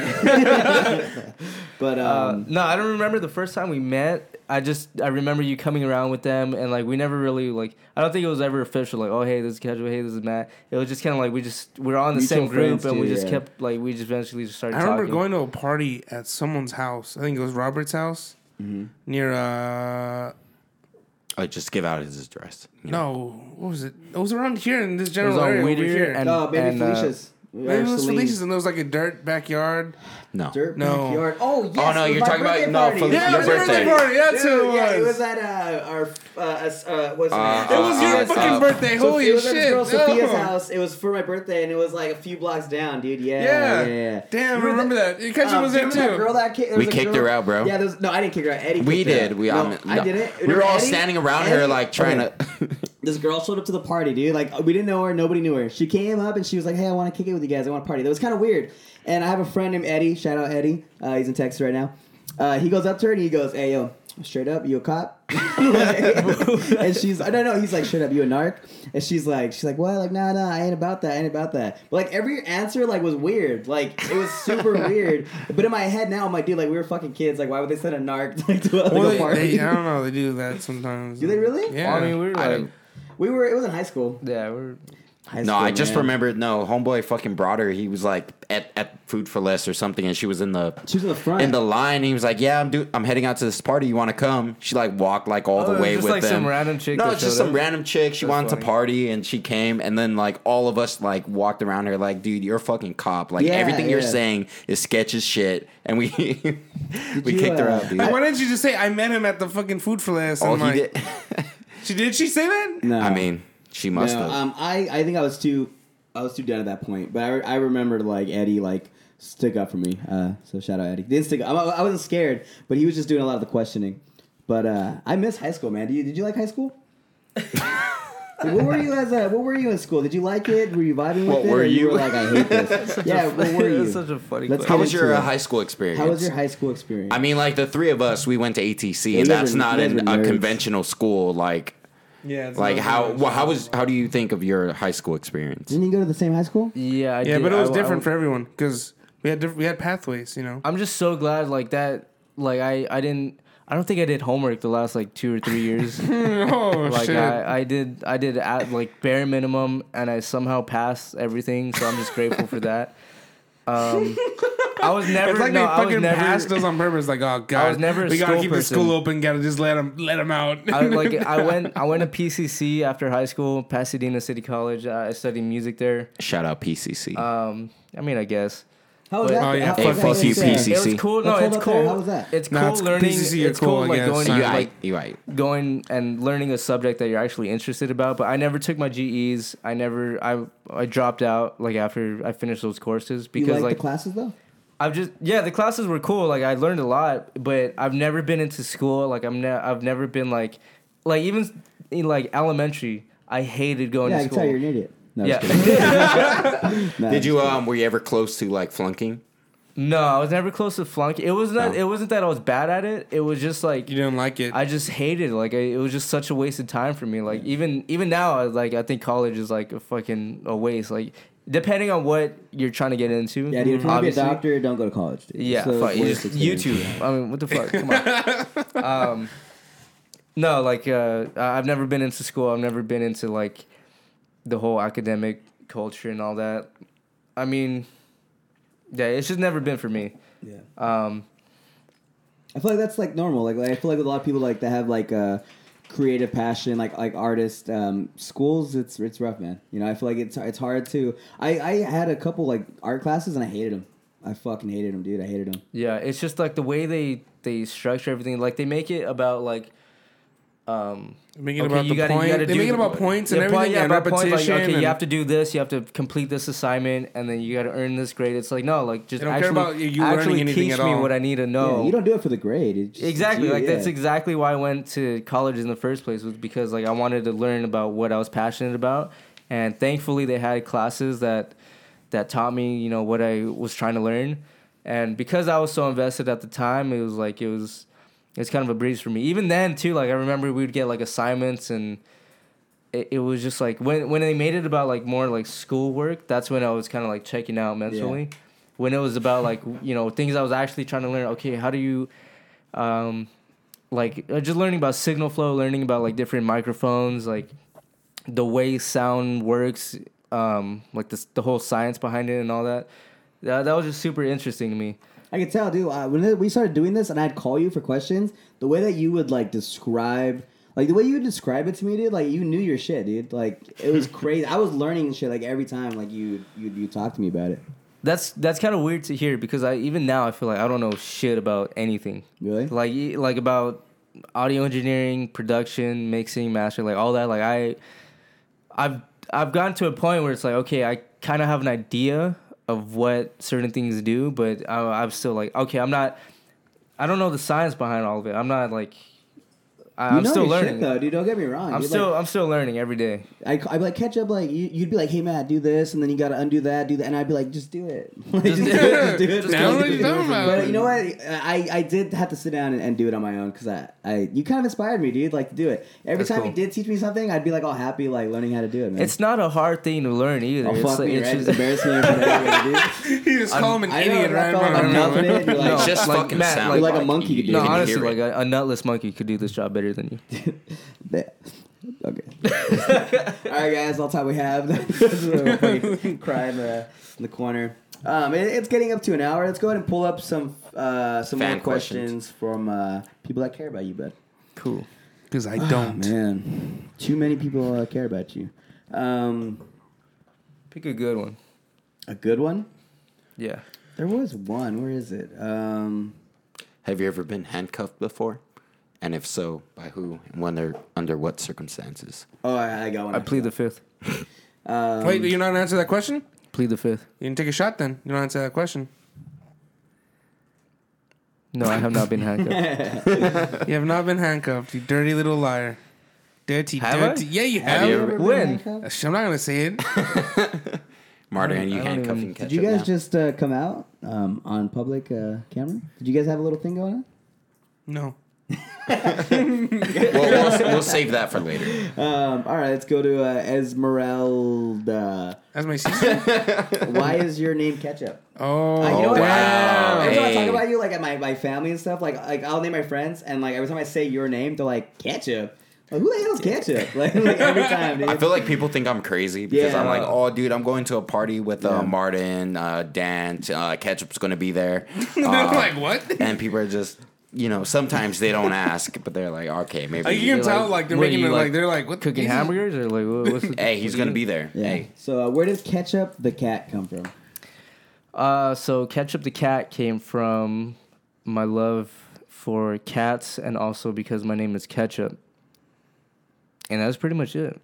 but
Uh,
um,
no, I don't remember the first time we met. I just I remember you coming around with them and like we never really like I don't think it was ever official like oh hey this is casual hey this is Matt. It was just kind of like we just we were on the
Mutual
same group
friends,
and we
too,
just
yeah.
kept like we just eventually just started.
I remember
talking.
going to a party at someone's house. I think it was Robert's house
Mm-hmm.
near uh
I Uh, just give out his address. you know.
no, what was it? It was around here in this
It was
general
on
area over
Whittier
here.
and,
oh, maybe
and, uh,
Felicia's. Or
Maybe it was
Celine's
Felicia's and there was like a dirt backyard.
No.
Dirt
No.
backyard. Oh yes.
Oh, no,
it was
you're
my
talking about-
birthday
no,
party.
Fel-
Yeah,
Your
it was your birthday
birthday.
party. That's who
Dude,
it
yeah, it
was.
was at uh, our uh, us- uh, what's
Uh,
her
It
name?
uh,
was your
uh,
fucking
uh,
birthday. Holy
it was at
shit. Oh.
this girl
no.
Sophia's house. It was for my birthday, and it was like a few blocks down, dude. Yeah,
Yeah.
yeah. yeah.
Damn,
You
I remember that. You catch
um,
was
do you
there
remember that girl
too.
that ki- there
We
was a
kicked
girl-
her out, bro.
Yeah, there was, no, I didn't kick her out. Eddie.
We
kicked her
did.
out.
We
No,
I'm-
I
no.
did it.
We were all
Eddie-
standing around
Eddie-
her like trying
Okay.
to.
this girl showed up to the party, dude. Like we didn't know her, nobody knew her. She came up and she was like, "Hey, I want to kick it with you guys. I want to party." That was kind of weird. And I have a friend named Eddie. Shout out Eddie. Uh, he's in Texas right now. Uh, he goes up to her and he goes, "Hey, yo, straight up, you a cop?" and she's, "I don't know." He's like, "Straight up, you a narc?" And she's like, "She's like, what? Like, nah, nah, I ain't about that. I ain't about that." But like every answer like was weird. Like it was super weird. But in my head now, I'm like, dude, like we were fucking kids. Like why would they send a narc like to a, like,
Well,
a party?
they, they, I don't know. They do that sometimes.
Do they really?
Yeah.
I mean we were
I
like
don't-
We were. It was in high school.
yeah we were
High
No,
school,
I just
man.
remembered. No, homeboy fucking brought her. He was like at, at Food for Less or something, and she was in the
She was in the front.
in the line. He was like, "Yeah, I'm do I'm heading out to this party. You want to come?" She like walked like all
Oh, it
the
was
way
just,
with
like,
them.
some random chick
No,
that
it's just
showed
some
up?
random chick. She
That's
wanted to
funny.
party, and she came, and then like all of us like walked around her like, "Dude, you're a fucking cop. Like
Yeah,
everything you're
yeah.
saying is sketch as shit." And we we
you,
kicked her
uh,
out, dude.
Like, why didn't you just say I met him at the fucking food for last?
all
and,
he
like,
did.
She did. She say that?
No.
I mean, she must
No,
have.
um, I, I think I was too I was too dead at that point, but I, re- I remember like Eddie like stick up for me. Uh, so shout out Eddie. Didn't stick. up. I, I wasn't scared, but he was just doing a lot of the questioning. But uh, I miss high school, man. Did you, did you like high school? what were you as a, what were you in school? Did you like it? Were you vibing with
What
it?
were
or
you?
were like I hate this. yeah, what were you?
That's such a funny
Let's
How
question.
was your
into
uh,
it.
high school experience?
How was your high school experience?
I mean, like the three of us, we went to ATC,
you
and that's
guys were-
not
you guys
in
were
a
nerds.
conventional school. Like,
Yeah. it's
like
not
how
good.
well, how was how do you think of your high school experience?
Didn't you go to the same high school?
Yeah, I
Yeah,
did.
but it was
I- I-
different for everyone because we had diff- we had pathways. You know.
I'm just so glad like that. Like I, I didn't. I don't think I did homework the last like two or three years.
oh
like
shit.
I, I did I did at like bare minimum and I somehow passed everything so I'm just grateful for that. Um, I was never
it's like
no,
they
I was
fucking
never
passed us on purpose. Like, oh god,
was never a
we gotta
school
keep
person.
the school open. Gotta just let them let them out.
I, like I went I went to PCC after high school, Pasadena City College. I studied music there.
Shout out PCC.
Um, I mean I guess
How was
Wait,
that?
oh, yeah,
How
fuck
was that
fuck you, PC.
experience?
it was
PCC.
cool. No,
Let's hold
it's
up there.
cool.
How was that?
It's
Nah,
cool
it's-
learning.
PCC are
It's cool,
cool, I
like
guess.
going
you
to
right,
Nah.
like
you right.
going and learning a subject that you're actually interested about. But I never took my GEs. I never I I dropped out like after I finished those courses
You
because
like,
like
the classes though?
I've just yeah the classes were cool. Like I learned a lot, but I've never been into school. Like I'm ne- I've never been like like even in like elementary. I hated going
Yeah, I can
to school.
tell you're an idiot. No, I'm just kidding.
yeah,
No,
Did you um were you ever close to like flunking?
no, I was never close to flunk. It was not.
No.
It wasn't that I was bad at it. It was just like
you didn't like it.
I just hated it. like I, it was just such a waste of time for me. Like even even now, I, like I think college is like a fucking a waste. Like depending on what you're trying to get into.
Yeah, dude, if you want to be a
obviously.
doctor, don't go to college. Dude.
Yeah,
So
fuck,
it's worth
it's
experience.
YouTube. I mean, what the fuck? Come on. um, no, like uh, I- I've never been into school. I've never been into like the whole academic culture and all that. I mean, yeah, it's just never been for me.
Yeah.
Um,
I feel like that's like normal. Like, like, I feel like a lot of people like that have like a creative passion, like like artist um, schools. It's it's rough, man. You know, I feel like it's it's hard to. I I had a couple like art classes and I hated them. I fucking hated them, dude. I hated them.
Yeah, it's just like the way they they structure everything. Like they make it about like, um,
Making
okay,
about
you
the
gotta- you
point.
gotta
They
do
make it
the-
about points and
yeah,
everything
yeah,
and
about points, like,
repetition.
okay,
and-
you have to do this. You have to complete this assignment, and then you got to earn this grade. It's like no, like just
They don't care
actually,
about you- you learning
actually
anything
teach
at
me
all.
what I need to
Yeah,
know.
you don't do it for the grade. It's just-
Oh. exactly
it's you,
like that's
yeah.
exactly why I went to college in the first place was because like I wanted to learn about what I was passionate about, and thankfully they had classes that that taught me you know what I was trying to learn, and because I was so invested at the time, it was like it was it's kind of a breeze for me. Even then too, like I remember we would get like assignments and. It, it was just like when when they made it about like more like schoolwork. That's when I was kind of like checking out mentally. When it was about like you know things I was actually trying to learn. Okay, how do you um, like uh, just learning about signal flow, learning about like different microphones, like the way sound works, um, like this, the whole science behind it and all that. That, that was just super interesting to me.
I could tell, dude. Uh, when we started doing this, and I'd call you for questions, the way that you would like describe, like the way you would describe it to me, dude, like you knew your shit, dude. Like it was crazy. I was learning shit like every time, like you you you talk to me about it.
That's that's kind of weird to hear because I even now I feel like I don't know shit about anything.
Really?
Like e- like about audio engineering, production, mixing, mastering, like all that. Like I, I've I've gotten to a point where it's like okay, I kind of have an idea of what certain things do, but I, I'm still like okay, I'm not. I don't know the science behind all of it. I'm not like. I,
You
I'm
know
still
your shit,
learning.
though, dude. Don't get me wrong.
I'm
dude.
still I'm still learning every day.
Like, I, I'd be like catch up. Like you, you'd be like, hey Matt, do this, and then you gotta undo that, do that, and I'd be like, just do it. Like, just, do it. Just do it.
Now
do
what
it.
you talking about?
But you know what? I, I did have to sit down and, and do it on my own because I, I you kind of inspired me, dude. Like to do it. Every
That's
time
cool.
you did teach me something, I'd be like all happy, like learning how to do it, man.
It's not a hard thing to learn either.
Oh,
it's
fuck
like,
me,
it's
right? It's
just-
embarrassing everybody, dude.
you just call him an
I know,
idiot,
I
right?
call him
Right,
a
right, right.
confident. You're like,
No.
Just
like,
fucking
Matt,
sound
like-
like a monkey could do
you
No,
it.
can
honestly,
hear
like
it.
a, a nutless monkey could do this job better than you.
That- Okay. All right, guys, all time we have. That's really funny. Cry in the, in the corner. Um, it- it's getting up to an hour. Let's go ahead and pull up some uh, some
Fan
more questions, from uh, people that care about you, bud.
Cool.
Because I
Oh,
don't.
Man, too many people uh, care about you. Um,
Pick a good one.
a good one.
Yeah.
There was one. Where is it? Um,
Have you ever been handcuffed before? And if so, by who and when they're under what circumstances?
oh, I, I got one.
I plead the fifth.
Um,
Wait, you're not gonna answer that question?
Plead the fifth.
You can take a shot then. You don't answer that question.
No, I have not been handcuffed.
You have not been handcuffed, you dirty little liar. Dirty,
Have
dirty.
I?
Yeah, you have.
Have you ever-
When?
handcuffed?
Sh- I'm not gonna say it.
Marty,
don't-
and you
I don't
handcuffing
even-
ketchup
Did you guys
now?
just uh, come out um, on public uh, camera? Did you guys have a little thing going on?
No.
Well, we'll, we'll save that for later.
Um, all right, let's go to uh, Esmeralda.
That's my sister.
Why is your name ketchup?
Oh,
you know what?
damn.
Wow.
Every time I talk
Hey.
about you, like at my, my family and stuff, like like I'll name my friends, and like every time I say your name, they're like ketchup. Like who the hell's ketchup? Like, like every time, dude.
I feel like people think I'm crazy because
Yeah.
I'm like, oh, dude, I'm going to a party with uh, Martin, uh, Dan, uh, Ketchup's going to be there. Uh,
I'm like, what?
and people are just, you know, sometimes they don't ask, but they're like, okay, maybe.
Like, you can
You're
tell,
like,
like, they're
what are
making
you,
it like,
like,
they're like, what?
Cooking
this is-
hamburgers or like what- what's the
hey, he's
what
going to
do
be
you-
there.
Yeah.
Hey.
So uh, where does ketchup the cat come from?
Uh, so Ketchup the Cat came from my love for cats and also because my name is Ketchup. And that's pretty much it.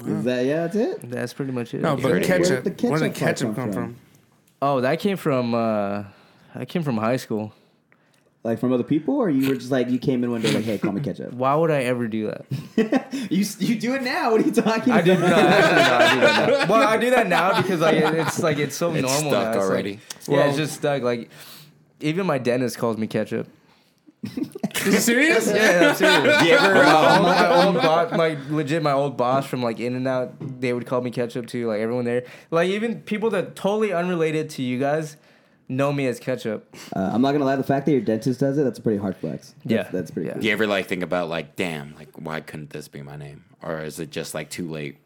Is that yeah? That's it.
That's pretty much it.
No,
Where
but
did
ketchup.
the
Where did
ketchup
ketchup
come
come
from?
from?
Oh, that came from uh I came from high school.
Like from other people, or you were just like you came in one day like, hey, call me ketchup.
Why would I ever do that?
you you do it now. What are you talking
I
about?
do not. I do that now. Well, I do that now because like it- it's like it's so
It's
normal
stuck
now. like-
already.
yeah,
Well-
it's just stuck. Like even my dentist calls me ketchup.
Is you serious?
Yeah, I'm serious.
You ever, uh,
my, my old boss, my legit, my old boss from like In and Out, they would call me Ketchup too. Like everyone there, like even people that totally unrelated to you guys know me as Ketchup.
Uh, I'm not gonna lie. The fact that your dentist does it, that's a pretty hard flex. That's,
Yeah.
that's pretty.
Yeah.
cool.
you ever, like, think about, like, damn, like, why couldn't this be my name? Or is it just, like, too late?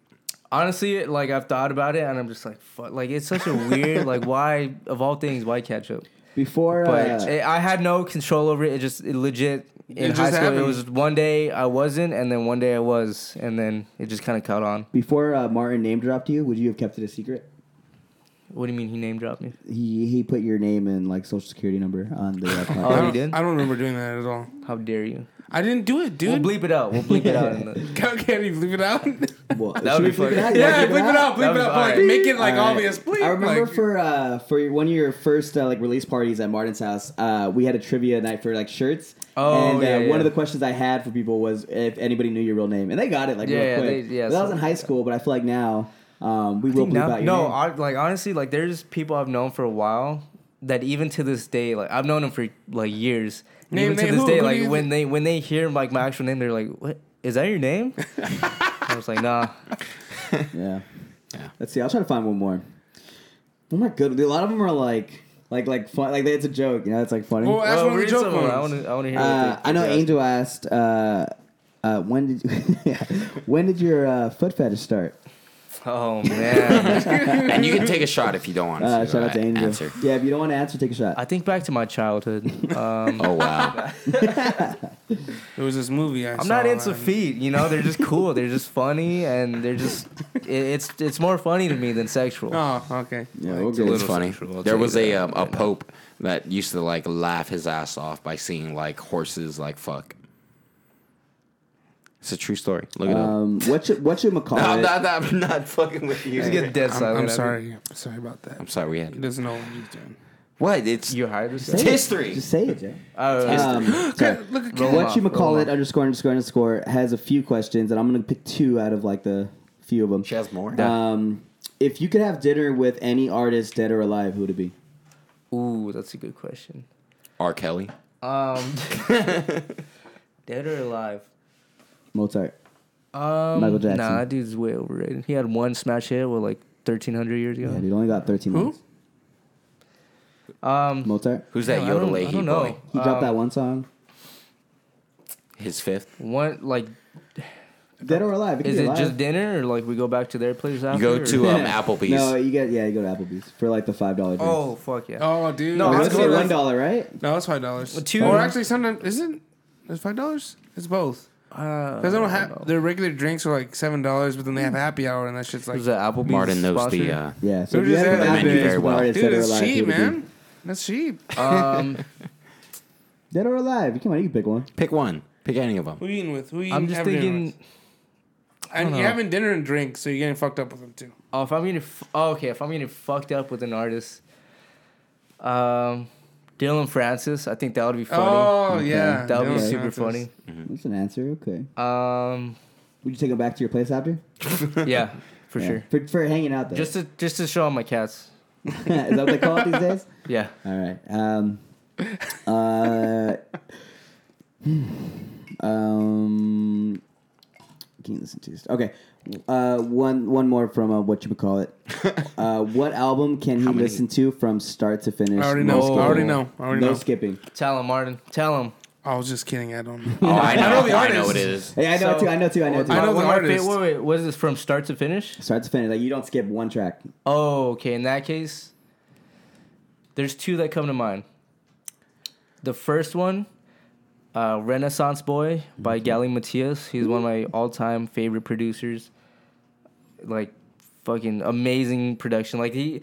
Honestly, like I've thought about it and I'm just like, fuck, like it's such a weird, like why of all things, why Ketchup?
Before,
But
uh,
it, I had no control over it. It just it legit in
It
high
just
school. It
happened.
was one day I wasn't, and then one day I was, and then it just kind of caught on.
before uh, Martin name dropped you, would you have kept it a secret?
What do you mean he name dropped me?
He he put your name and like social security number on the. Uh,
Oh,
I
you
podcast.
don't,
did?
I don't remember doing that at all.
How dare you?
I didn't do it,
We'll
dude.
bleep it out. We'll bleep it out. In the,
Can, can you bleep it out?
Well,
That would
should
be
we bleep it
funny.
out? You wanna
yeah, bleep it out,
That
bleep it
was
out. but,
alright.
Like, make it like
All right.
obvious, please.
I remember
like,
for uh, for your- one of your first uh, like release parties at Martin's house, uh, we had a trivia night for like shirts.
Oh,
and uh,
yeah,
one
yeah.
of the questions I had for people was if anybody knew your real name, and they got it like
Yeah, yeah,
real quick.
they- yeah,
But that was
so-
in high school, but I feel like now um, we will
think
bleep
now-
out your
no,
name.
I, like honestly, like there's people I've known for a while that even to this day, like I've known them for like years. And
Name-
even to
name
this
who?
day,
Who do
like
you-
when they when they hear like my actual name, they're like, "What is that your name?" I was like, "Nah."
Yeah.
Yeah.
Let's see. I'll try to find one more. One more good. A lot of them are like, like, like fun. Like it's a joke. You know, it's like funny.
Well, That's
Well,
one of the
read
joke
someone. I
ones.
want to. I want to hear.
uh,
what they-
I know
they ask.
Angel asked, uh, uh, when did when did your uh, foot fetish start?
Oh man,
And you can take a shot if you don't want
Uh,
to.
shout out to Angel.
Answer.
Yeah, if you don't want to answer, take a shot.
I think back to my childhood. Um,
Oh, wow.
There was this movie I
I'm not
saw,
into
and-
feet, you know. They're just cool. they're just funny, and they're just. It, it's it's more funny to me than sexual.
Oh, okay.
yeah, we'll
It
go.
was funny.
sexual, I'll
there
tell
was
you
a
that
um, a pope that used to like laugh his ass off by seeing like horses like fuck. It's a true story. Look it up.
Um, what you what you McCall
No,
it?
I'm not, I'm not fucking with you.
Just get dead
I'm,
silent.
I'm
after-
sorry. I'm sorry about that.
I'm sorry, we
He
had
doesn't know what he's doing.
what? It's
You hired this.
Say it.
history.
Just say it, Jay.
Oh,
Um, sorry.
Look at
Roll
Ken.
What?
what you
off, roll
McCall it
off.
underscore underscore underscore has a few questions, and I'm gonna pick two out of like the few of them.
She has more.
Um, if you could have dinner with any artist, dead or alive, who would it be?
Ooh, that's a good question.
R. Kelly.
Um, dead or alive?
Mozart.
Um,
Michael Jackson.
Nah, that dude's way overrated. He had one smash hit with like 1,300 years
Yeah,
ago.
dude, only got 13
Who?
minutes.
um,
Mozart.
Who's that
I
Yoda
don't- I
Leahy
don't
boy?
know. Um,
He dropped that one song.
His fifth.
One like
Dead or alive? could
Is
be
it
alive.
just dinner or like we go back to their place after?
You go
or-
to um, Applebee's.
No, you get yeah, you go to Applebee's for like the five dollar.
Oh fuck yeah!
Oh, dude.
No,
No,
I
that's
was
that's
gonna
only
go
one dollar,
with-
right?
no, it's five dollars.
Two-
Or actually, sometimes isn't it's five dollars? It's both.
Uh,
Because they don't
know.
have their regular drinks are like seven dollars, but then they have
Hmm.
happy hour and that shit's like,
Is that Applebee's?
Martin knows
sponsored?
the. Uh,
Yeah, so
Who
if you
just
had
said
an
that?
Applebee's
Very well.
bar, it's
dude,
dead or
it's
alive. it
cheap,
would be
man. That's cheap.
uh,
Um,
Dead or alive? Come on, you can pick one.
pick one. Pick any of them.
Who you eating with? Who you
I'm just
having dinner
thinking.
with? And
don't
you're
know.
having dinner and drinks, so you're getting fucked up with them too.
Oh, if I'm getting f- oh, okay, if I'm getting fucked up with an artist, um, Dylan Francis, I think that would be funny.
Oh yeah,
that would be
Dylan
super
Francis.
funny.
That's an answer. Okay.
Um,
Would you take them back to your place after?
yeah, for
Yeah.
sure.
For, for hanging out though.
Just to just to show all my cats.
is that what they call it these days?
Yeah.
All right. Um. Uh. hmm, um. Can you listen to this? Okay. Uh, one one more from uh, what you would call it. Uh, what album can he listen to from start to finish?
I already
No
know.
skipping.
I already know. I already
no
know.
skipping.
Tell him, Martin. Tell him.
I was just kidding. I don't.
Oh,
know.
I
I
know.
know
I
the
know,
artist.
what it is.
Hey, I know too. I know too. I know too.
I know the
One more fa-
artist.
Wait, wait, what is this from start to finish?
Start to finish. Like you don't skip one track.
Oh, okay. In that case, there's two that come to mind. The first one, uh, Renaissance Boy by
Mm-hmm.
Gally Matias. He's one of my all time favorite producers. Like, fucking amazing production. Like, he.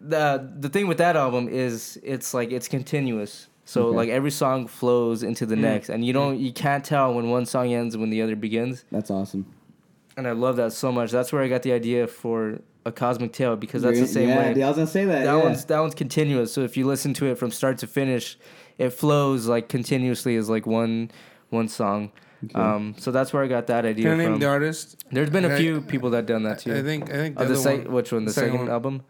The, the thing with that album is it's like it's continuous so
Okay. Mm.
like every song flows into the next and you don't you can't tell when one song ends and when the other begins
That's awesome.
and i love that so much that's where i got the idea for a cosmic tale because that's the same
yeah,
way
dude, I was gonna say that.
that
yeah.
one's that one's continuous. So if you listen to it from start to finish, it flows like continuously as like one one song. Um, so that's where I got that idea
Can I name
from.
the artist?
There's been a
I-
few people that done that too.
I think. I think the,
oh, the
other
sec-
one.
which one? The, second,
one.
album.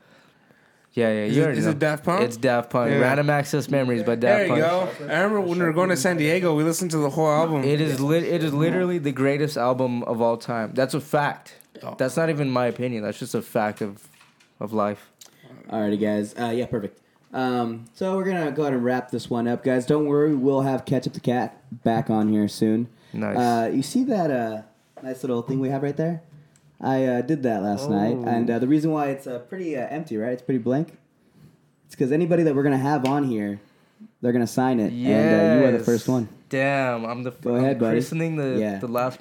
Yeah, yeah.
Is
you
it-
already
is
know.
it Daft Punk?
It's Daft Punk.
Yeah.
Random Access Memories by Daft
There you
Punk.
go. I remember when we were going to San Diego, we listened to the whole album.
It is lit. It is literally the greatest album of all time. That's a fact.
Oh.
That's not even my opinion. That's just a fact of of life.
Alrighty, guys. Uh, yeah, perfect. Um, so we're gonna go ahead and wrap this one up, guys. Don't worry, we'll have Catch Up the Cat back on here soon.
Nice.
Uh, you see that uh, nice little thing we have right there? I uh, did that last
Oh.
night, and uh, the reason why it's uh, pretty uh, empty, right? It's pretty blank. It's because anybody that we're gonna have on here, they're gonna sign it, and uh, you are the
Yes.
first one.
Damn, I'm the
Go
I'm
ahead, buddy.
christening the
Yeah.
the last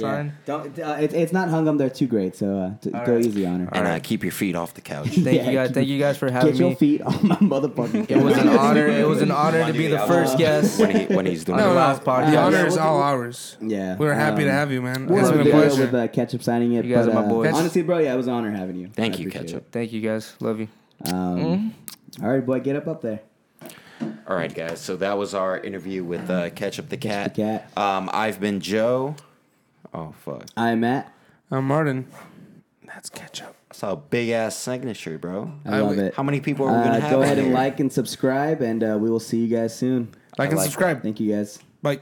sign.
Don't. Uh, it, it's not hung up there too great, so uh, t-
All
go
right.
easy on her.
And uh,
Alright.
keep your feet off the couch.
Thank
Yeah,
you guys.
keep-
Thank you guys for having
Get your
me.
feet on my motherfucking.
It was an
couch.
honor. It was an honor to
Wanna
be
do
the
the
first
outro?
guest.
when he when he's doing
No,
it.
no. last
the
podcast.
honor
Yeah,
is
we'll
all
do-
ours.
Yeah,
We were happy to
um,
have you, man.
We're
It's
on
been a
video
pleasure.
with uh, Ketchup signing it.
You guys
but,
are my
uh,
boys.
Honestly, bro, yeah, it was an honor having you.
Thank
I
you,
appreciate
Ketchup. Mm-hmm.
Thank you guys. Love you.
it. Um, all right, boy, get up up there.
All right, guys. So that was our interview with uh, Ketchup the Cat.
the Cat.
Um, I've been Joe. Oh fuck!
I'm Matt.
I'm Martin. That's ketchup.
That's a big ass signature, bro.
I
I
love
would-
it.
How many people are we gonna
Uh,
have?
go
on
ahead and
here?
like and subscribe, and uh, we will see you guys soon.
Like and
like
subscribe.
Thank you, guys.
Bye.